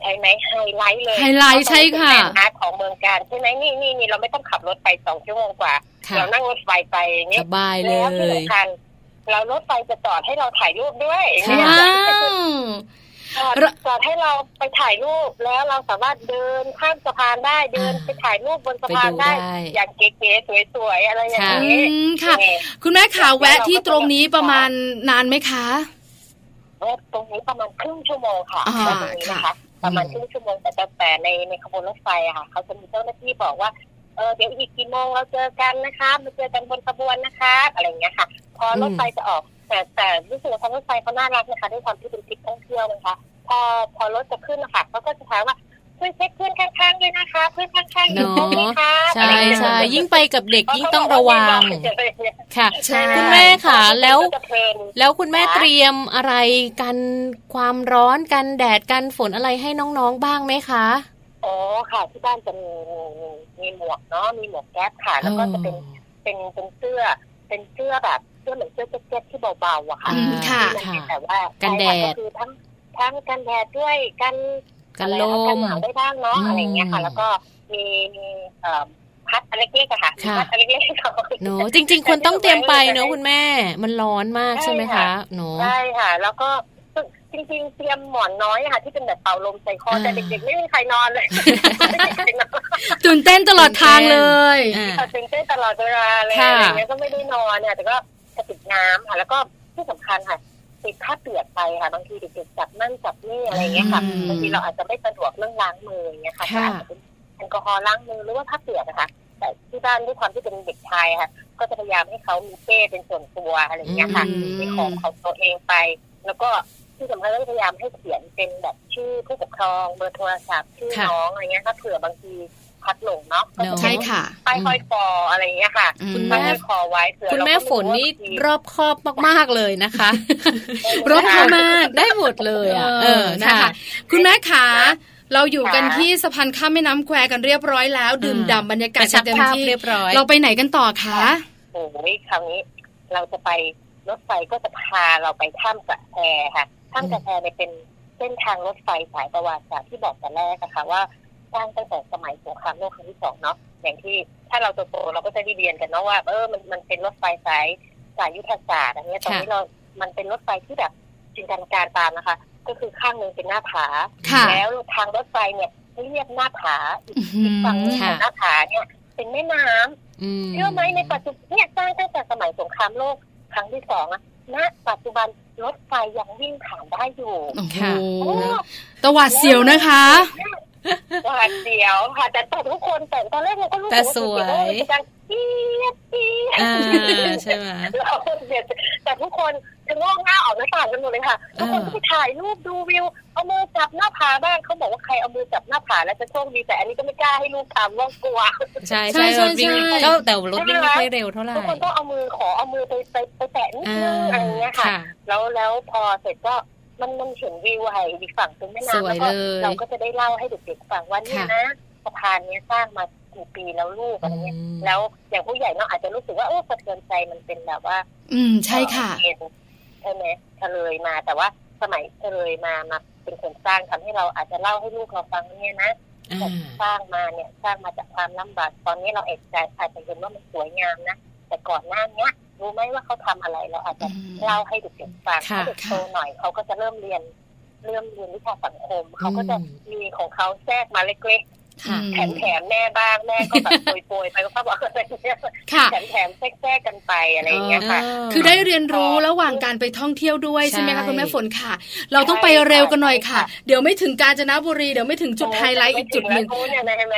Speaker 6: ใช่ไหมไฮไลท์เลย
Speaker 3: ไฮไลท์ใช่ค่ะ
Speaker 6: เพราว่าตรงนี้เป็นแลนด์มาร์คของเมืองการใช่ไหมนี่นี่นี่เราไม่ต้องขับรถไปสองชั่วโมงกว่า
Speaker 2: ค่ะ
Speaker 6: เรานั่งรถไฟไป
Speaker 2: ส
Speaker 6: เนี่ย
Speaker 2: บายเล
Speaker 6: แล้วที่
Speaker 2: ย
Speaker 6: สำคัญเรารถไฟจะจอดให้เราถ่ายรูปด้วย
Speaker 2: ค่ะ
Speaker 6: เนี่ย
Speaker 3: ว้าว
Speaker 6: จอด
Speaker 3: ระ
Speaker 6: จอดให้เราไปถ่ายรูปแล้วเราสามารถเดินข้ามสะพานได้เดินไปถ่ายรูปบนสะ
Speaker 2: ไป
Speaker 6: พาน
Speaker 2: ดู
Speaker 6: ได้
Speaker 2: ได้
Speaker 6: อย่างเก๋ๆสวยๆอะไรอย่าง
Speaker 2: ค่ะ
Speaker 3: อื
Speaker 6: นี้
Speaker 3: มค่ะ
Speaker 6: เนี่ย
Speaker 3: คุณแม่ขาแวะที่ตรงนี้ประมาณนานไหมคะ
Speaker 6: แล้วตรงนี้ประมาณครึ่งชั่วโมงค่ะ
Speaker 3: อ่า
Speaker 6: ตรงนี้นะคะ ประมาณครึ่งชั่วโมงแต่แต่แต่ในในขบวนรถไฟอะค่ะเขาจะมีเจ้าหน้าที่บอกว่าเออเดี๋ยวอีกกี่โมงเราเจอกันนะคะมาเจอกันบนขบวนนะคะ อะไรอย่างเงี้ยค่ะ พอรถไฟจะออก แต่แต่รู้สึกว่าทางรถไฟเขาน่ารักนะคะด้วยความที่เป็นทริปท่องเที่ยวนะคะ พอพอรถจะขึ้นนะคะเขาก็จะถามว่าช่วยเช็คเพื่อนข้างๆด้วยนะคะเพื่อนข้างๆอยู่ตรงนี้ค่ะ
Speaker 2: ใช่ใช่ยิ่งไปกับเด็กยิ่งต้องระวังค่ะ
Speaker 3: ใช่
Speaker 2: คุณแม่ค่ะแล้ว
Speaker 6: ก็จะเพลิน
Speaker 2: แล้วคุณแม่เตรียมอะไรกันความร้อนกันแดดกันฝนอะไรให้น้องๆบ้างไหมคะ
Speaker 6: อ๋อค่ะที่บ้านจะมีมีมีมีหมวกเนาะมีหมวกแก๊ปค่ะ แล้วก็จะเป็นเป็นเป็นเสื้อ เป็นเสื้อแบบเสื้อ สื้อเหมือนเสื้อแจ็คเก็ตที่เบาๆอะค่ะ
Speaker 2: อ่า
Speaker 3: ค่ะ
Speaker 6: ที่
Speaker 2: ค่ะ
Speaker 6: มันเป็นแบบว่า
Speaker 2: กั
Speaker 6: กัน
Speaker 2: แดด
Speaker 6: ก็คือทั้งทั้งกันแดดด้วยกัน
Speaker 2: กัน
Speaker 6: อะไร
Speaker 2: ล
Speaker 6: นะกัน
Speaker 2: ม
Speaker 6: หนาวได้บ้างเนาะ
Speaker 2: อืม
Speaker 6: อะไรเงี้ยค่ะ แล้วก็มีมีเอ่อพัดอันเล็กๆอะค่ะ
Speaker 2: ค่ะ
Speaker 6: พัดอันเล็กๆของ
Speaker 2: เนอะจริง ๆ ควรต้องเตรียมไปเนอะคุณแม่ มันร้อนมากใช่ไหม
Speaker 6: ใช่
Speaker 2: คะ
Speaker 6: ค่ะ
Speaker 2: เนอะ
Speaker 6: ใช่ค่ะ แล้วก็จริงๆ เตรียมหมอนน้อยอะค่ะที่เป็นแบบเป่าลมใส่คอแต่
Speaker 2: อ่า
Speaker 6: เด็กๆไม่มีใครนอน
Speaker 2: (laughs)
Speaker 6: เลยไม่มีใครนอน
Speaker 3: ตื่นเต้นตลอดทางเลย
Speaker 2: อ่า
Speaker 6: ตัดสินใจตลอดเวลาเลย
Speaker 2: ค่ะ
Speaker 6: อะไรเงี้ยก็ไม่ได้นอนเนี่ยแต่ก็จะติดน้ำค่ะ แล้วก็ที่สำคัญค่ะติดผ้าเปียกไปค่ะบางทีเด็กๆจับนั่นจับนี่อะไรเงี้ยค่ะ
Speaker 3: อืม
Speaker 6: บางทีเราอาจจะไม่สะดวกเรื่องล้างมืออย่างเงี้ยค่ะ
Speaker 2: ค่ะ
Speaker 6: อาจจะเป็นแอลกอฮอล์ล้างมือหรือว่าผ้าเปียกนะคะแต่ที่บ้านด้วยความที่เป็นเด็กชายค่ะ ก็จะพยายามให้เขามีเป้เป็นส่วนตัวอะไรเงี้ยค่ะ
Speaker 3: อืม
Speaker 6: มีของของตัวเองไป แล้วก็ที่สำคัญก็พยายามให้เขียนเป็นแบบชื่อผู้ปกครองเบอร์โทรศัพท์ชื่อ
Speaker 2: ค่ะ
Speaker 6: น้องอะไรเงี้ยถ้าเผื่อบางทีพลัดหลงเนาะก็จะเป็น
Speaker 3: ใช่ค่ะ
Speaker 6: ป้ายห้อยคออะไรอย่างเงี้ยค่ะ
Speaker 2: คุณแม่
Speaker 6: ป้ายห้อยคอไว้เผื่อ
Speaker 2: คุณ
Speaker 6: เรา
Speaker 2: แม่
Speaker 6: ก็ไรู้
Speaker 2: ฝนนี่
Speaker 6: ว่ามี
Speaker 2: รอบคอบมากๆเลยนะคะ
Speaker 3: รบมาก
Speaker 2: ได้หมดเลยอ่ะเออ
Speaker 3: นะ
Speaker 2: นะคะ คะ
Speaker 3: คุณแม่ขาเราอยู่กันที่สะพานข้ามแม่น้ำแควกันเรียบร้อยแล้ว ดื่มด่ำบรรยากาศ
Speaker 2: กระชับ
Speaker 3: เต็ม
Speaker 2: ภาพ
Speaker 3: ที่
Speaker 2: เรียบร้อย
Speaker 3: เราไปไหนกันต่อคะ
Speaker 6: โอ้ยคราวนี้ เราจะไปรถไฟก็จะพาเราไปถ้ำกระแพค่ะถ้ำกระแพเนี่ยเป็นเส้นทางรถไฟสายประวัติศาสตร์ที่บอกแต่แรกนะคะว่าสร้างตั้งแต่สมัยสงครามโลกครั้งที่สองเนาะอย่างที่ถ้าเราโตๆเราก็จะได้เรียนกันเนาะว่าเออมันมันเป็นรถไฟสายสายยุทธศาสตร์อันเนี้ยตอนนี้เรา มันเป็นรถไฟที่แบบจินตนาการตามนะคะ ก็คือข้างหนึ่งเป็นหน้าผา
Speaker 3: ค่ะ
Speaker 6: แล้วทางรถไฟเนี่ยเรียบหน้าผาอีก
Speaker 3: อื้อหือ
Speaker 6: ฝั่งหนึ่งข
Speaker 2: ค่ะ
Speaker 6: องหน้าผาเนี่ยเป็นแม่น้
Speaker 2: อืม
Speaker 6: ำเชื่อไหมในปัจจุบันเนี่ยสร้างตั้งแต่สมัยสงครามโลกครั้งที่สองอะณปัจจุบันรถไฟยังวิ่งผ่านได้อยู่
Speaker 3: โอ้โห
Speaker 2: ค่ะ
Speaker 6: โอ้
Speaker 3: ตะหวัดเสียวนะคะ
Speaker 6: หวาดเสียวค่ะแต่แต่ทุกคนแต่ตอนแรกเราก็รู้สึก
Speaker 2: แต่สวย
Speaker 6: ว่าเสีๆว่ามันจะดังปี๊ดปี๊ด
Speaker 2: อ่าใช่ไหม
Speaker 6: เราก็เสียดแต่ทุกคนจะงอกหน้าออกหน้าต่างกันหมดเลยค่ะทุกคนก็ไปถ่ายรูปดูวิวเอามือจับหน้าผาบ้างเขาบอกว่าใครเอามือจับหน้าผาแล้วจะโชคดีแต่อันนี้ก็ไม่กล้าให้ลูกทำว่ากลัว
Speaker 2: ใช่ใช่
Speaker 3: ใช่
Speaker 2: รถวิ่ง
Speaker 3: ใช่
Speaker 2: ก็แต่รถวิ่งไม่ค่อยเร็วเท่าไหร่
Speaker 6: ทุกคนต้องเอามือขอเอามือไปไปไปแตะนิด
Speaker 2: อ่า
Speaker 6: นึงอะไรอย่างเงี้ยค่ะ
Speaker 2: ค่ะ
Speaker 6: แล้วแล้วพอเสร็จก็มันมันเห็นวิวไอ้อีกฝั่งเป็นแม่
Speaker 2: ส
Speaker 6: น้ำ
Speaker 2: วยวเล
Speaker 6: แล้ก็
Speaker 2: ย
Speaker 6: เราก็จะได้เล่าให้เด็กๆฟังว่าเนี่ย
Speaker 2: ค่ะ
Speaker 6: นะสะพานเนี้ยสร้างมากี่ปีแล้วลูกอะไรเงี้ยแล้วอย่างผู้ใหญ่เนาะอาจจะรู้สึกว่าโอ้สะเทือนใจมันเป็นแบบว่า
Speaker 3: อืมใช่ค่ะ
Speaker 6: เอ่อใช่ไหมเฉลยมาแต่ว่าสมัยเฉลยมามาเป็นคนสร้างทำให้เราอาจจะเล่าให้ลูกเราฟังว่าเนี่ยนะ
Speaker 2: อ่า
Speaker 6: สร้างมาเนี่ยสร้างมาจากความลำบากตอนนี้เราเอกใจอาจจะเห็นว่ามันสวยงามนะ แต่ก่อนหน้าเนี้ยรู้ไหมว่าเขาทำอะไรเราอาจจะ
Speaker 3: อืม
Speaker 6: เล่าให้เด็กๆฟัง
Speaker 2: ค่ะ
Speaker 6: ถ้าเด็กโตหน่อยเขาก็จะเริ่มเรียนเริ่มเรียนวิชาสังคม เขาก็
Speaker 2: อืม
Speaker 6: จะมีของเขาแทรกมาเล็ก
Speaker 2: ค่ะ
Speaker 3: อื
Speaker 6: ๆ
Speaker 3: ม
Speaker 6: แถมๆแม่บ้างแม่ก็แบบโปรยๆไปก็เขาบอกว่าอะไรเนี่ย
Speaker 3: ค่ะ
Speaker 6: แถมๆแทรกๆกันไปอะไรอย่างเงี้ยค่ะ
Speaker 3: คือได้เรียนรู้ระหว่างการไปท่องเที่ยวด้วยใช่ไหม
Speaker 2: ใช่
Speaker 3: คะคุณแม่ฝนค่ะ เราต้องไปเร็วกันหน่อยค่ะ เดี๋ยวไม่ถึงกาญจนบุรีเดี๋ยวไม่ถึงจุดไฮไลท์อีกจุดหนึ่ง
Speaker 6: โอ้ยเนี่ยนะเห็นไหม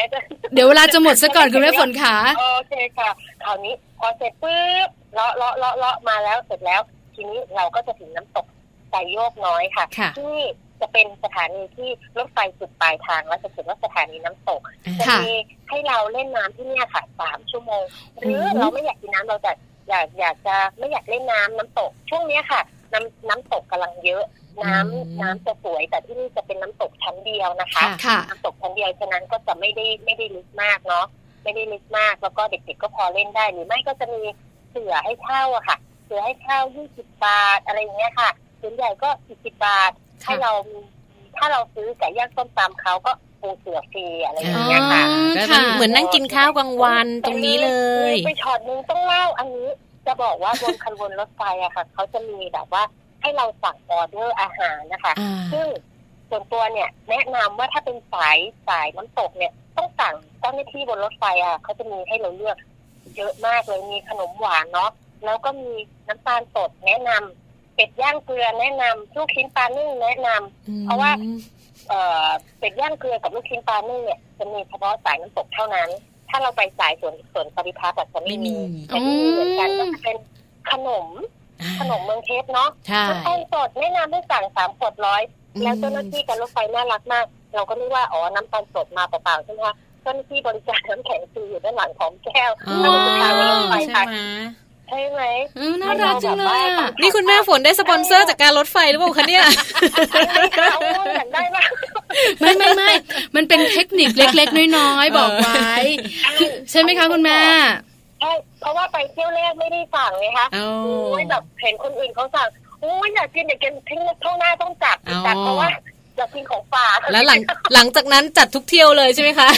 Speaker 3: เดี๋ยวเวลาจะหมดซะก่อนคุณแม่ฝนค่ะ
Speaker 6: (laughs) โอเคค่ะคราวนี้พอเสร็จปุ๊บเลาะเลาะเลาะเลาะมาแล้วเสร็จแล้ว ทีนี้เราก็จะถึงน้ำตกไซโยกน้อยค่ะ
Speaker 2: ค่ะ
Speaker 6: ที่จะเป็นสถานีที่รถไฟสุดปลายทางแล้วจะถึงว่าสถานีน้ำตกจะ
Speaker 3: ค่ะ
Speaker 6: มีให้เราเล่นน้ำที่เนี่ยค่ะสามชั่วโมง หรือเราไม่อยากกินน้ำเราจะอยากอยากจะไม่อยากเล่นน้ำน้ำตก ช่วงเนี้ยค่ะ น้ำน้ำตกกำลังเยอะ น้ำ
Speaker 2: อืม
Speaker 6: น้ำจะสวยแต่ที่นี่จะเป็นน้ำตกชั้นเดียวนะคะ
Speaker 3: ค่ะ
Speaker 6: น้ำตกชั้นเดียวฉะนั้นก็จะไม่ได้ไม่ได้ลึกมากเนาะไม่ได้ลึกมากแล้วก็เด็กๆก็พอเล่นได้หรือไม่ก็จะมีเสือให้เช่าอะค่ะ เสือให้เช่า20 บาทอะไรอย่างเงี้ยค่ะส่วนใหญ่ก็40บาท
Speaker 2: ค่ะ
Speaker 6: ให้เรามีถ้าเราซื้อไก่ย่างส้มตำเขาก็ปูเสือฟรีอะไรอ
Speaker 2: อ่า
Speaker 6: ย่างเงี้ยค่ะ
Speaker 2: ก็มันเหมือนนั่งกินข้าวกลางวันตรงนี้เลย
Speaker 6: มีไปช็อตนึงต้องเล่าอันนี้จะบอกว่าบนขบวนรถไฟอะค่ะเขาจะมีแบบว่าให้เราสั่งออเดอร์อาหารนะคะ
Speaker 2: อ่า
Speaker 6: ซึ่งส่วนตัวเนี่ยแนะนำว่าถ้าเป็นสายสายน้ำตกเนี่ยต้องสั่งเจ้าหน้าที่บนรถไฟอ่ะเขาจะมีให้เราเลือก เยอะมากเลยมีขนมหวานเนาะแล้วก็มีน้ำตาลสดแนะนำเป็ดย่างเกลือแนะนำลูกชิ้นปลานึ่งแนะนำ เพราะว่า เอ่อเป็ดย่างเกลือกับลูกชิ้นปลานึ่งเนี่ยจะมีเฉพาะสายน้ำตกเท่านั้น ถ้าเราไปสายส่วนส่วนปริพัฒน์อะจะไม่มี
Speaker 2: ไม่มี
Speaker 6: แต่ที่มีเหมือนกัน
Speaker 3: อื
Speaker 6: ก็
Speaker 3: ม
Speaker 6: จะเป็นขนม
Speaker 2: อ่า
Speaker 6: ขนมเมืองเทพเนาะ
Speaker 2: ใช่
Speaker 6: น้ำตาลสดแนะนำให้สั่งสามขวดร้อย แล้วเจ้าหน้าที่การรถไฟน่ารักมาก เราก็นึกว่าอ๋อน้ำตาลสดมาเปล่าๆใช่ไหมคะเจ้าหน้าที่บริการน้ำแข็งฟรีอยู่ด้านหลังของแก้ว
Speaker 2: อ๋อ
Speaker 6: แล้วก็จะพาเราไป
Speaker 2: ใช่
Speaker 6: ค่ะ
Speaker 2: ไหม
Speaker 6: ใช่ไหม
Speaker 3: เออน่ารักจังเลยอะ
Speaker 2: นี่คุณแม่ฝนได้สปอนเซอร์จากการรถไฟหรือเปล่าคะเนี่ย
Speaker 6: เอาอยากได้มาก (laughs)
Speaker 3: ไม่ไม่ไม่ มันเป็นเทคนิคเล็ก ๆ น้อย ๆ บอกไว้ ใช่ไหมคะคุณแม่
Speaker 6: แค่เพราะว่าไปเที่ยวแรกไม่ได้สั่งไงคะ
Speaker 2: เอา
Speaker 6: อุ้ยแบบเห็นคนอื่นเขาสั่งอุ้ยอยากกินอยากกินทิ้งช่องหน้าต้องจับ
Speaker 2: อ๋อ
Speaker 6: จับเพราะว่าอยากกินของฝาก
Speaker 2: (laughs) แล้วหลังหลังจากนั้นจัดทุกเที่ยวเลยใช่ไหมคะ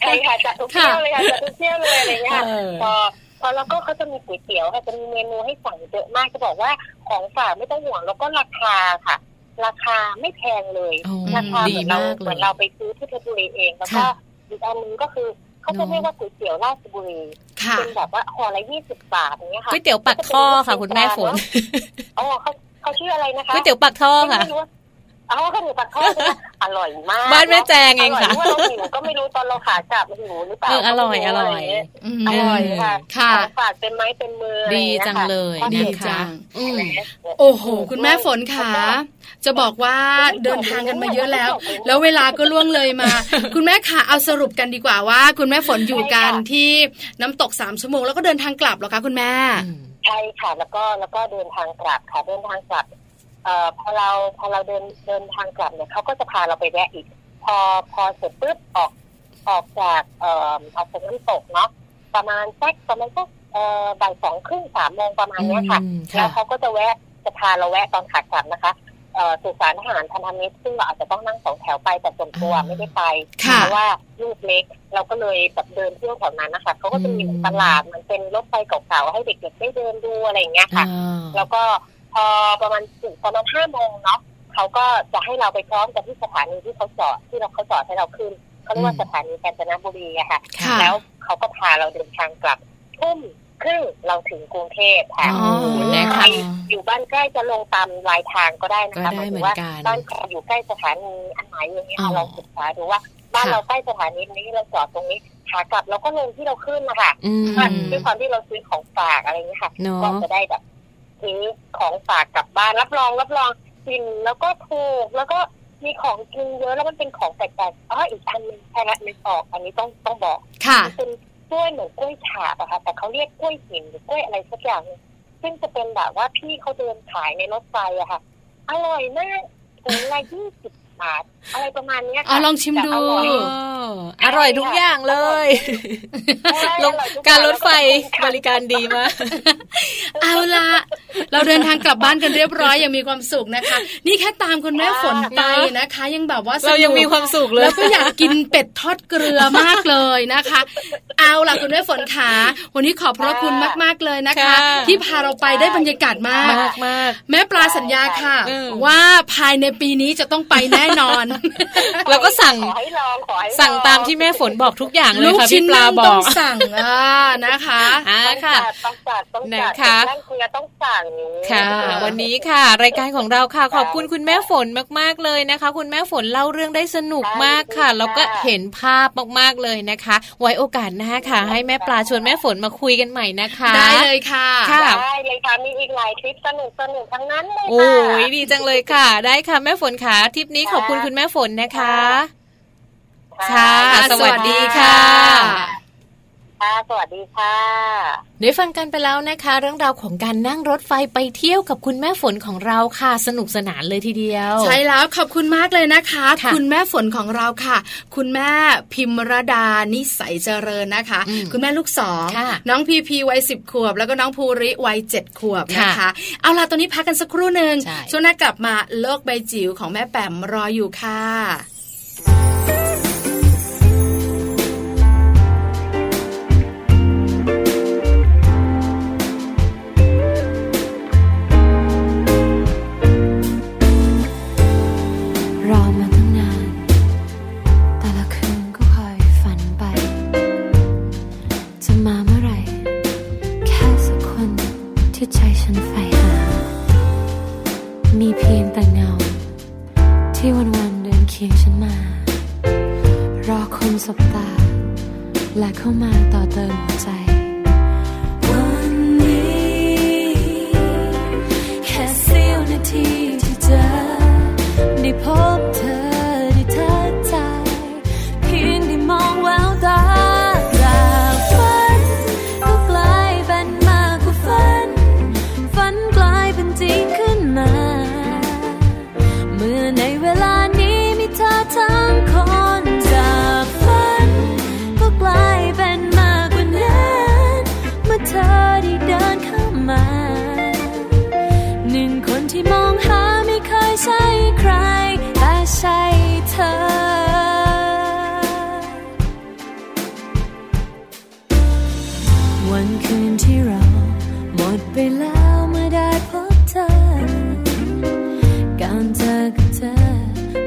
Speaker 6: ใช่ค่ะจัดทุกเที่ยวเลยค่ะจัดทุกเที่ยวเลยอะไรเงี้ยค่ะ
Speaker 2: เออ
Speaker 6: พอพอแล้วก็เขาจะมีก๋วยเตี๋ยวค่ะจะมีเมนูให้สั่งเยอะมากจะบอกว่าของฝากไม่ต้องห่วงแล้วก็ราคาค่ะ ราคาไม่แพงเลย
Speaker 2: โอ้
Speaker 6: ราคาเห
Speaker 2: ดีมา
Speaker 6: มือนเรา
Speaker 2: ก
Speaker 6: เห
Speaker 2: เล
Speaker 6: มือย นเราไปซื้อที่เพชรบุรีเองแล้วก็
Speaker 2: ค่ะ
Speaker 6: อีกอันหนึงก็คือเขาจะเรียกว่าก๋วยเตี๋ยวราชบุรี
Speaker 2: ค่ะ
Speaker 6: เป็นแบบว่าห่อละยี่สิบบาทอย่างเงี้ยค่ะ
Speaker 2: ก๋วยเตี๋ยวปักท่อค่ะ คุณแม่ฝน
Speaker 6: อ๋อเขาเขาชื่ออะไรนะคะ
Speaker 2: ก๋วยเตี๋ยวปักท่อค่ะ
Speaker 6: ไม่รู้ว่าอ๋อข้าวเหนียวปักทอดใช่ไหมอร่อยมาก
Speaker 2: บ้านแม่แจงเองค่ะ
Speaker 6: ร่ยหรืว่าเราหิวก็ไม่รู้ตอนเราขาจับหิวหรือเปล่า
Speaker 2: เอออร่อย
Speaker 6: ก็
Speaker 2: อ
Speaker 6: ไม่
Speaker 2: ร่อย
Speaker 6: ะไางเงี้
Speaker 3: อืม
Speaker 6: อร่อยค่ะ
Speaker 3: ค่ะ
Speaker 6: ของฝากเป็นไม้เป็นมืออะไร
Speaker 2: ดี
Speaker 6: อางเงี้
Speaker 2: จังเลยนะ
Speaker 6: ค่ะ
Speaker 3: ดีจั
Speaker 2: คะ
Speaker 3: ง
Speaker 2: อืม
Speaker 3: โอ้โห คุณแม่ฝนขาจะบอกว่าเดินทางกันมาเยอะแล้ว แล้วเวลาก็ล่วงเลยมา คุณแม่ขาเอาสรุปกันดีกว่าว่า คุณแม่ฝนอยู่กันที่น้ำตกสามชั่วโมงแล้วก็เดินทางกลับเหรอคะคุณแม่
Speaker 6: ใช่ค่ะแล้วก็แล้วก็เดินทางกลับค่ะเดินทางกลับเอ่อพอเราพอเราเดินเดินทางกลับเนี่ยเขาก็จะพาเราไปแวะอีก พอพอเสร็จปุ๊บออกออกจากเอ่อออกจากน้ำตกเนาะประมาณสักประมาณสักเอ่อบ่ายสองครึ่งสามโมงประมาณเนี้ยค่ะ
Speaker 2: อืมค่ะ
Speaker 6: แล้วเขาก็จะแวะจะพาเราแวะตอนขากลับนะคะเอ่อสุสานทหารพันธมิตรซึ่งเราอาจจะต้องนั่งสองแถวไปแต่ส่วนตัวไม่ได้ไป
Speaker 3: ค่ะ
Speaker 6: เพราะว่าลูกเล็กเราก็เลยแบบเดินเที่ยวแถวนั้นนะคะเขาก็จะมีเหมือนตลาด มันเป็นรถไฟเก่าๆให้เด็กๆได้เดินดูอะไรอย่างเงี้ยค่ะ
Speaker 2: อ่า
Speaker 6: แล้วก็พอประมาณสี่ประมาณห้าโมงเนาะเขาก็จะให้เราไปพร้อมกับที่สถานีที่เขาจอดที่เราเขาจอดให้เราขึ้นเขาเรียกว่า
Speaker 2: อืม
Speaker 6: สถานีกาญจนบุรีอะค่ะ
Speaker 3: ค่ะ
Speaker 6: แล้วเขาก็พาเราเดินทางกลับทุ่มครึ่งเราถึงกรุงเทพค่ะ
Speaker 2: อ๋อนะคะ
Speaker 6: อยู่บ้านใกล้จะลงตามรายทางก็ได้นะคะ
Speaker 2: ก็ได้
Speaker 6: มาย
Speaker 2: เหมื
Speaker 6: ถึ
Speaker 2: อง น
Speaker 6: ว่า
Speaker 2: กัน
Speaker 6: บ้านใครอยู่ใกล้สถานีอันไหนอย่างเงี้ย
Speaker 2: อ๋อ
Speaker 6: เราศึกษาดูว่าบ้าน
Speaker 2: ค่ะ
Speaker 6: เราใกล้สถานีนี้เราจอดตรงนี้ขากลับเราก็ลงที่เราขึ้นนะคะ
Speaker 2: อืม
Speaker 6: ก็ด้วยความที่เราซื้อของฝากอะไรเงี้ยค่ะ
Speaker 2: เนาะ
Speaker 6: ก็จะได้แบบซื้อของฝากกลับบ้านรับรองรับรองกินแล้วก็ถูกแล้วก็มีของกินเยอะแล้วมันเป็นของแปลกๆอ๋ออีกอันหนึงไทยรัฐนึกออกอันนี้ต้องต้องบอก
Speaker 3: ค่ะ
Speaker 6: เป็นกล้วยเหมือนกล้วยฉาบอะค่ะแต่เขาเรียกกล้วยหินหรือกล้วยอะไรสักอย่างหนึ่งซึ่งจะเป็นแบบว่าพี่เขาเดินขายในรถไฟอะค่ะ อร่อยมากถุงละยี่สิบบาทอะไรประมาณเนี้ย
Speaker 3: อ๋อ
Speaker 6: ค่ะ
Speaker 3: ลองชิมดู
Speaker 6: แต่อร่อย
Speaker 2: เอออร่อยทุกอย่างเลย
Speaker 6: ใช่
Speaker 2: ลง
Speaker 6: ออยทุอย่ง
Speaker 2: การรถไฟ
Speaker 6: แล้ว
Speaker 2: บ
Speaker 6: ก็คุ้ม
Speaker 2: ริการดีมาก
Speaker 3: เอาละเราเดินทางกลับบ้านกันเรียบร้อยอย่างมีความสุขนะคะ นี่แค่ตามคุณแม่ฝนไปนะคะ ยังแบบว่าสนุก
Speaker 2: เรายังมีความสุขเลย
Speaker 3: แล้วก็อยากกินเป็ดทอดเกลือมากเลยนะคะ เอาล่ะคุณแม่ฝนขาวันนี้ขอบพระคุณมาก ๆ เลยนะคะ
Speaker 2: ค่ะ
Speaker 3: ที่พาเราไปได้บรรยากาศมาก
Speaker 2: มากมาก
Speaker 3: แม่ปลาสัญญาค่ะ
Speaker 2: เออ
Speaker 3: ว่าภายในปีนี้จะต้องไปแน่นอน
Speaker 2: เราก็สั่ง
Speaker 6: ขอให้ลองขอให้ลอ
Speaker 2: สั่งตามที่แม่ฝนบอกทุกอย่างเลย
Speaker 3: ลูก
Speaker 2: ค่ะ
Speaker 3: ชิ้
Speaker 2: พี่
Speaker 3: น
Speaker 2: ปลา
Speaker 3: นึ่ง
Speaker 2: บ
Speaker 3: ต้
Speaker 2: อ
Speaker 3: อก งสั่งอ่านะคะ
Speaker 2: อ่าค่ะ
Speaker 6: ต้องจัดต้องจัด
Speaker 2: นะคะ
Speaker 6: นั่งคุยกันต้องสั่ง
Speaker 2: ค่ะ วันนี้ค่ะ รายการของเราค่ะ ขอบคุณคุณแม่ฝนมากๆเลยนะคะ คุณแม่ฝนเล่าเรื่องได้สนุกมากค่ะ แล้วก็เห็นภาพมากๆเลยนะคะ ไว้โอกาสหน้าค่ะ ให้แม่ปลาชวนแม่ฝนมาคุยกันใหม่นะคะ
Speaker 3: ได้เลยค่ะ
Speaker 2: ค่ะ
Speaker 6: ได้เลยค่ะมีอีกหลายคลิปสนุกสนุกทั้งนั้นเลยค่ะ
Speaker 2: โอ้ยดีจังเลยค่ะ ได้ค่ะแม่ฝนค่ะทริปนี้ขอบคุณคุณแม่ฝนนะคะ ค่ะ สวัสดีค่ะ
Speaker 6: ค่ะสวัสดีค่ะ
Speaker 2: ได้ฟังกันไปแล้วนะคะ เรื่องราวของการนั่งรถไฟไปเที่ยวกับคุณแม่ฝนของเราค่ะ สนุกสนานเลยทีเดียว
Speaker 3: ใช่แล้วขอบคุณมากเลยนะคะ
Speaker 2: ค่ะ
Speaker 3: ณแม่ฝนของเราค่ะ คุณแม่พิมรดานิสัยเจริญนะคะ
Speaker 2: อืม
Speaker 3: คุณแม่ลูกสอง
Speaker 2: ค่ะ
Speaker 3: น้องพีพีวัยสิบขวบ แล้วก็น้องภูริวัยเจ็ดขวบ
Speaker 2: ค่ะ
Speaker 3: นะคะ เอาล่ะตอนนี้พักกันสักครู่หนึ่ง
Speaker 2: ใช่
Speaker 3: ช่วงหน้ากลับมาโลกใบจิ๋วของแม่แปมรออยู่ค่ะ
Speaker 5: รอมาตั้งนาน แต่ละคืนก็คอยฝันไป จะมาเมื่อไหร่ แค่สักคนที่ใจฉันใฝ่หา มีเพียงแต่เงา ที่วันๆเดินเคียงฉันมา รอคนสบตา และเข้ามาต่อเติมหัวใจ วันนี้ แค่เสี้ยวนาทีที่เจอ ได้พบเธอได้ทักทายเพียงได้มองแววตาจากฝันก็กลายเป็นมากกว่าฝัน ฝันกลายเป็นจริงขึ้นมา เมื่อในเวลานี้มีเธอทั้งคนจากฝัน ก็กลายเป็นมากกว่านั้น ได้เดินเข้ามา หนึ่งคนที่มองหาไม่เคยใช่ใคร แต่ใช่เธอ วันคืนที่เราหมดไปแล้วเมื่อได้พบเธอ การเจอกับเธอ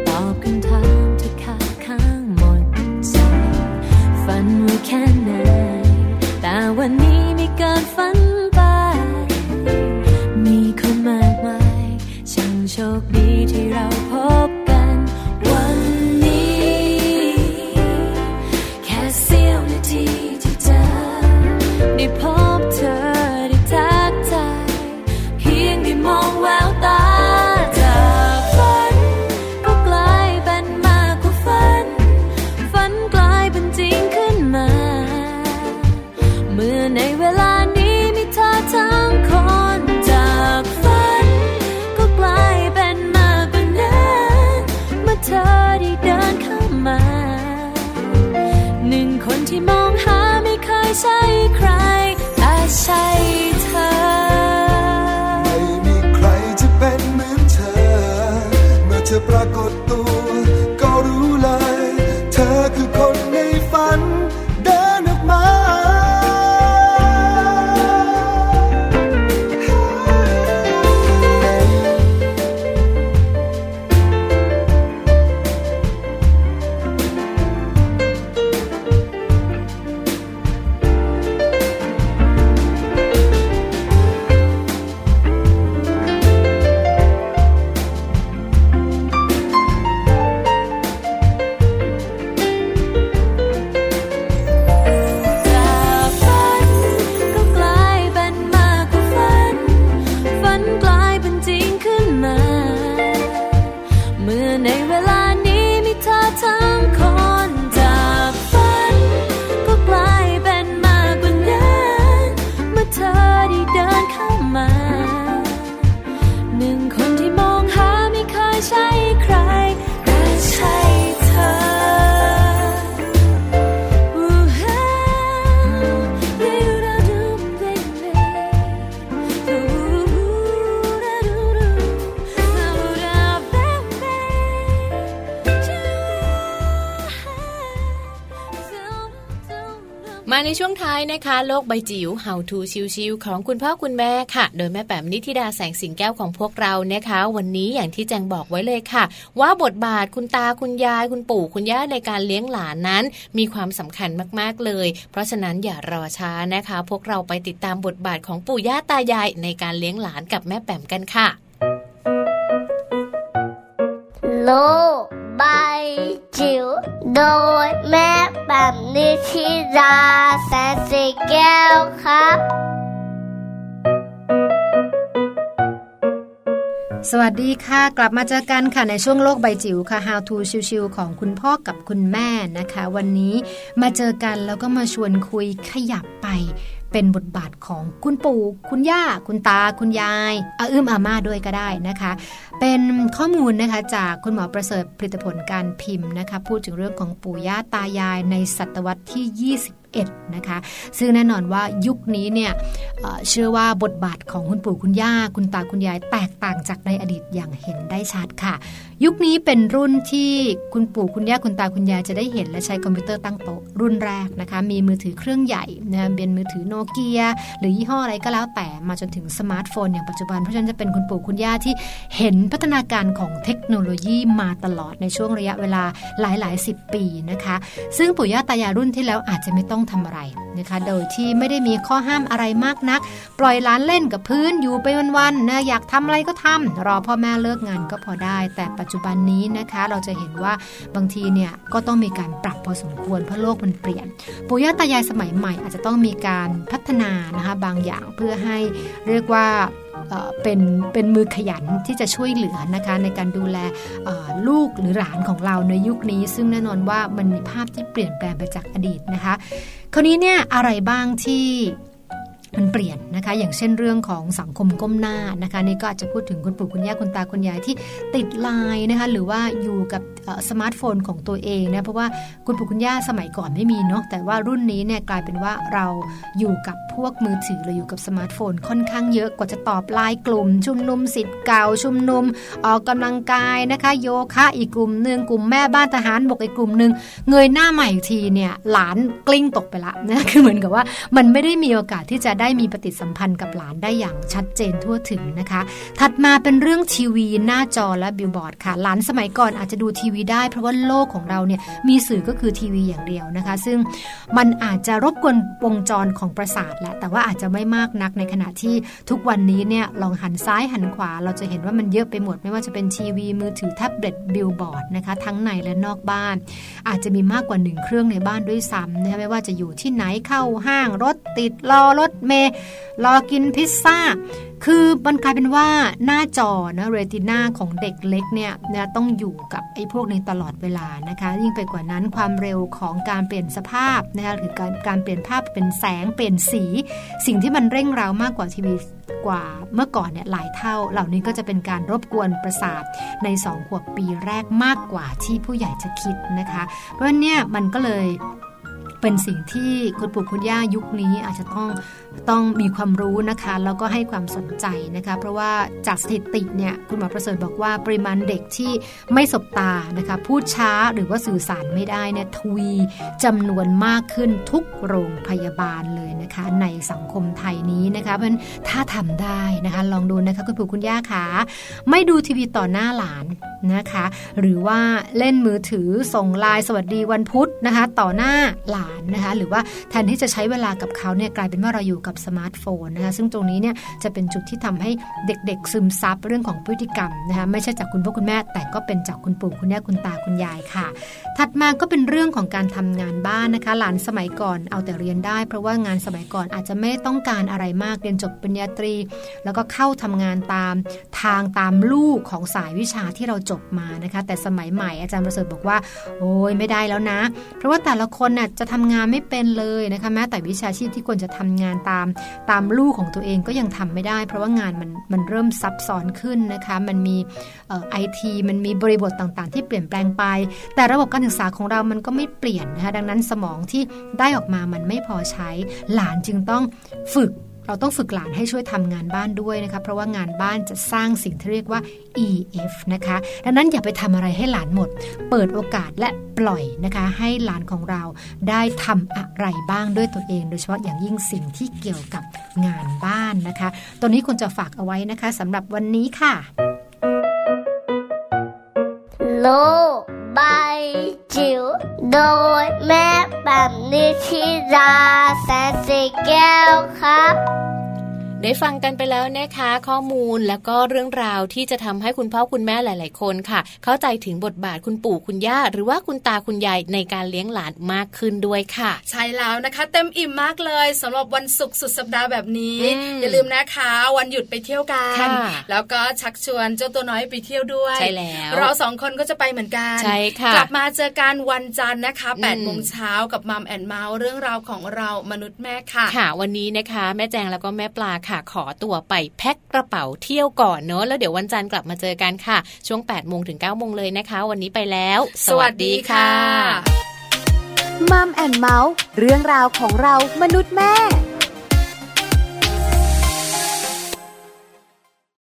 Speaker 5: ตอบคำถามที่ขาดข้างหมดใจฝันไว้แค่ไหนแต่วันนี้ไม่เกินฝันไป มีคนมากมายช่างโชคดีที่เราพบกัน วันนี้ แค่เสี้ยวนาทีที่เจอ ได้พบเธอได้ทักทายเพียงได้มองแววตาจากฝัน ก็กลายเป็นมากกว่าฝัน ฝันกลายเป็นจริงขึ้นมา เมื่อในเวลานี้มีเธอทั้งคนจากฝัน ก็กลายเป็นมากกว่านั้นเมื่อเธอได้เดินเข้ามา หนึ่งคนที่มองหาไม่เคยใช่ใครแต่ใช่เธอ
Speaker 1: ไม่มีใครจะเป็นเหมือนเธอ เมื่อเธอปรากฏตัว ก็รู้เลย เธอคือคนในฝัน เดินออกมา
Speaker 5: จากฝันก็กลายเป็นมากกว่าฝัน ฝันกลายเป็นจริงขึ้นมา เมื่อในเวลานี้มีเธอทั้งคนจากฝันก็กลายเป็นมากกว่านั้นเมื่อเธอได้เดินเข้ามา หนึ่งคนที่มองหาไม่เคยใช่ใคร แต่ใช่เธอ
Speaker 2: มาในช่วงท้ายนะคะ โลกใบจิ๋ว How to ชิวๆของคุณพ่อคุณแม่ค่ะ โดยแม่แปมนิธิดาแสงสิงแก้วของพวกเรานะคะ วันนี้อย่างที่แจงบอกไว้เลยค่ะ ว่าบทบาทคุณตาคุณยาย คุณปู่คุณย่าในการเลี้ยงหลานนั้น มีความสำคัญมากๆเลย เพราะฉะนั้นอย่ารอช้านะคะ พวกเราไปติดตามบทบาทของปู่ย่าตายายในการเลี้ยงหลานกับแม่แปมกันค่ะ
Speaker 7: โลกใบจิ๋วโดยแม่แบบนิชิราแสนสีแก้วครับ
Speaker 8: สวัสดีค่ะ กลับมาเจอกันค่ะในช่วงโลกใบจิ๋วค่ะ How to ชิวๆของคุณพ่อกับคุณแม่นะคะ วันนี้มาเจอกันแล้วก็มาชวนคุยขยับไป เป็นบทบาทของคุณปู่ คุณย่า คุณตา คุณยายอาอื้มอาม่าด้วยก็ได้นะคะ เป็นข้อมูลนะคะจากคุณหมอประเสริฐผลิตผลการพิมพ์นะคะ พูดถึงเรื่องของปู่ย่าตายายในศตวรรษที่ 21 นะคะ ซึ่งแน่นอนว่ายุคนี้เนี่ย เอ่อเชื่อว่าบทบาทของคุณปู่คุณย่า คุณตาคุณยายแตกต่างจากในอดีตอย่างเห็นได้ชัดค่ะ ยุคนี้เป็นรุ่นที่คุณปู่คุณย่าคุณตาคุณยายจะได้เห็นและใช้คอมพิวเตอร์ตั้งโต๊ะรุ่นแรกนะคะ มีมือถือเครื่องใหญ่นะเป็นมือถือโนเกีย หรือยี่ห้ออะไรก็แล้วแต่มาจนถึงสมาร์ทโฟนอย่างปัจจุบัน เพราะฉะนั้นจะเป็นคุณปู่คุณย่าที่เห็นพัฒนาการของเทคโนโลยีมาตลอดในช่วงระยะเวลาหลายๆ 10 ปีนะคะ ซึ่งปู่ย่าตายายรุ่นที่แล้วอาจจะไม่ต้องทำอะไรนะคะ โดยที่ไม่ได้มีข้อห้ามอะไรมากนัก ปล่อยหล้านเล่นกับพื้นอยู่ไปวันๆนะอยากทำอะไรก็ทำรอพ่อแม่เลิกงานก็พอได้ แต่ปัจจุบันนี้นะคะ เราจะเห็นว่าบางทีเนี่ยก็ต้องมีการปรับพอสมควรเพราะโลกมันเปลี่ยน ปู่ย่าตายายสมัยใหม่อาจจะต้องมีการพัฒนานะคะบางอย่างเพื่อให้เรียกว่าเอ่อเป็นเป็นมือขยันที่จะช่วยเหลือนะคะในการดูแล เอ่อลูกหรือหลานของเราในยุคนี้ ซึ่งแน่นอนว่ามันมีภาพที่เปลี่ยนแปลงไปจากอดีตนะคะ คราวนี้เนี่ยอะไรบ้างที่มันเปลี่ยนนะคะ อย่างเช่นเรื่องของสังคมก้มหน้านะคะนี่ก็อาจจะพูดถึงคุณปู่คุณย่าคุณตาคุณยายที่ติดไลน์นะคะหรือว่าอยู่กับ เอ่อสมาร์ทโฟนของตัวเองนะเพราะว่าคุณปู่คุณย่าสมัยก่อนไม่มีเนาะแต่ว่ารุ่นนี้เนี่ยกลายเป็นว่าเราอยู่กับพวกมือถือหรืออยู่กับสมาร์ทโฟนค่อนข้างเยอะกว่าจะตอบไลน์กลุ่ม ชุมนุมสิทธิ์เก่าชุมนุม ออกกำลังกายนะคะ โยคะอีกกลุ่มหนึ่งกลุ่มแม่บ้านทหารบกอีกกลุ่มหนึ่ง เงยหน้าใหม่อีกทีเนี่ยหลานกลิ้งตกไปละนะ (laughs) คือเหมือนกับว่ามันไม่ได้มีโอกาสที่จะได้มีปฏิสัมพันธ์กับหลานได้อย่างชัดเจนทั่วถึงนะคะ ถัดมาเป็นเรื่องทีวีหน้าจอและบิลบอร์ดค่ะ หลานสมัยก่อนอาจจะดูทีวีได้เพราะว่าโลกของเราเนี่ยมีสื่อก็คือทีวีอย่างเดียวนะคะ ซึ่งมันอาจจะรบกวนวงจรของประสาทแหละแต่ว่าอาจจะไม่มากนักในขณะที่ทุกวันนี้เนี่ยลองหันซ้ายหันขวา เราจะเห็นว่ามันเยอะไปหมด ไม่ว่าจะเป็นทีวีมือถือแท็บเล็ตบิลบอร์ดนะคะทั้งในและนอกบ้าน อาจจะมีมากกว่าหนึ่งเครื่องในบ้านด้วยซ้ำนะคะไม่ว่าจะอยู่ที่ไหนเข้าห้างรถติดรอรถเมล์รอกินพิซซ่า คือมันกลายเป็นว่าหน้าจอนะเรตินาของเด็กเล็กเนี่ยนะต้องอยู่กับไอ้พวกนี้ตลอดเวลานะคะ ยิ่งไปกว่านั้นความเร็วของการเปลี่ยนสภาพนะคะหรือการการเปลี่ยนภาพเป็นแสงเปลี่ยนสี สิ่งที่มันเร่งเร้ามากกว่าทีวีกว่าเมื่อก่อนเนี่ยหลายเท่า เหล่านี้ก็จะเป็นการรบกวนประสาทในสองขวบปีแรกมากกว่าที่ผู้ใหญ่จะคิดนะคะ เพราะฉะนั้นเนี่ยมันก็เลยเป็นสิ่งที่คุณปู่คุณย่ายุคนี้อาจจะต้องต้องมีความรู้นะคะแล้วก็ให้ความสนใจนะคะ เพราะว่าจากสถิติเนี่ยคุณหมอประเสริฐบอกว่าปริมาณเด็กที่ไม่สบตานะคะพูดช้าหรือว่าสื่อสารไม่ได้เนี่ยทวีจำนวนมากขึ้นทุกโรงพยาบาลเลยนะคะ ในสังคมไทยนี้นะคะเพราะฉะนั้นถ้าทำได้นะคะ ลองดูนะคะคุณปู่คุณย่าค่ะไม่ดูทีวีต่อหน้าหลานนะคะ หรือว่าเล่นมือถือส่งไลน์สวัสดีวันพุธนะคะ ต่อหน้าหลานนะคะ หรือว่าแทนที่จะใช้เวลากับเขาเนี่ยกลายเป็นว่าเราอยู่กับสมาร์ทโฟนนะคะซึ่งตรงนี้เนี่ยจะเป็นจุดที่ทำให้เด็กๆ ซึมซับเรื่องของพฤติกรรมนะคะไม่ใช่จากคุณพ่อคุณแม่ แต่ก็เป็นจากคุณปู่คุณย่าคุณตาคุณยายค่ะ ถัดมาก็เป็นเรื่องของการทำงานบ้านนะคะ หลานสมัยก่อนเอาแต่เรียนได้ เพราะว่างานสมัยก่อนอาจจะไม่ต้องการอะไรมากเรียนจบปริญญาตรี แล้วก็เข้าทำงานตามทางตามลูกของสายวิชาที่เราจบมานะคะ แต่สมัยใหม่อาจารย์ประเสริฐบอกว่า โอ้ยไม่ได้แล้วนะ เพราะว่าแต่ละคนน่ะจะทำงานไม่เป็นเลยนะคะแม้แต่วิชาชีพที่ควรจะทำงานตาม ตามลูกของตัวเองก็ยังทำไม่ได้ เพราะว่างานมันมันเริ่มซับซ้อนขึ้นนะคะ มันมีไอทีมันมีบริบทต่างๆ ที่เปลี่ยนแปลงไป แต่ระบบการศึกษาของเรามันก็ไม่เปลี่ยนนะคะดังนั้นสมองที่ได้ออกมามันไม่พอใช้ หลานจึงต้องฝึก เราต้องฝึกหลานให้ช่วยทำงานบ้านด้วยนะคะ เพราะว่างานบ้านจะสร้างสิ่งที่เรียกว่า EF นะคะ ดังนั้นอย่าไปทำอะไรให้หลานหมด เปิดโอกาสและปล่อยนะคะ ให้หลานของเราได้ทำอะไรบ้างด้วยตัวเอง โดยเฉพาะอย่างยิ่งสิ่งที่เกี่ยวกับงานบ้านนะคะตัวนี้ควรจะฝากเอาไว้นะคะสำหรับวันนี้ค่ะ
Speaker 7: โลกใบจิ๋วโดยแม่แบบนิชิราแสนสีแก้วครับ
Speaker 2: ได้ฟังกันไปแล้วนะคะ ข้อมูลแล้วก็เรื่องราวที่จะทำให้คุณพ่อคุณแม่หลาย ๆ คนค่ะ เข้าใจถึงบทบาทคุณปู่คุณย่า หรือว่าคุณตาคุณยายในการเลี้ยงหลานมากขึ้นด้วยค่ะ
Speaker 3: ใช่แล้วนะคะ เต็มอิ่มมากเลยสำหรับวันศุกร์สุดสัปดาห์แบบนี้
Speaker 2: อืม
Speaker 3: อย่าลืมนะคะ วันหยุดไปเที่ยวกัน
Speaker 2: ค่ะ
Speaker 3: แล้วก็ชักชวนเจ้าตัวน้อยไปเที่ยวด้วย
Speaker 2: ใช่แล้ว
Speaker 3: เราสองคนก็จะไปเหมือนกัน
Speaker 2: ใช่ค่ะ
Speaker 3: กลับมาเจอกันวันจันทร์นะคะ8ปด
Speaker 2: อืม
Speaker 3: โมงเช้ากับมัมแอนเมาส์เรื่องราวของเรามนุษย์แม่ค่ะ
Speaker 2: ค่ะ วันนี้นะคะ แม่แจงแล้วก็แม่ปลาค่ะ ขอตัวไปแพ็คกระเป๋าเที่ยวก่อนเนอะแล้วเดี๋ยววันจันทร์กลับมาเจอกันค่ะ ช่วง8ปดโมงถึง9ก้าโมงเลยนะคะ วันนี้ไปแล้ว
Speaker 3: สวัสดีค่ะ
Speaker 4: มัมแอนเมาส์เรื่องราวของเรามนุษย์แม่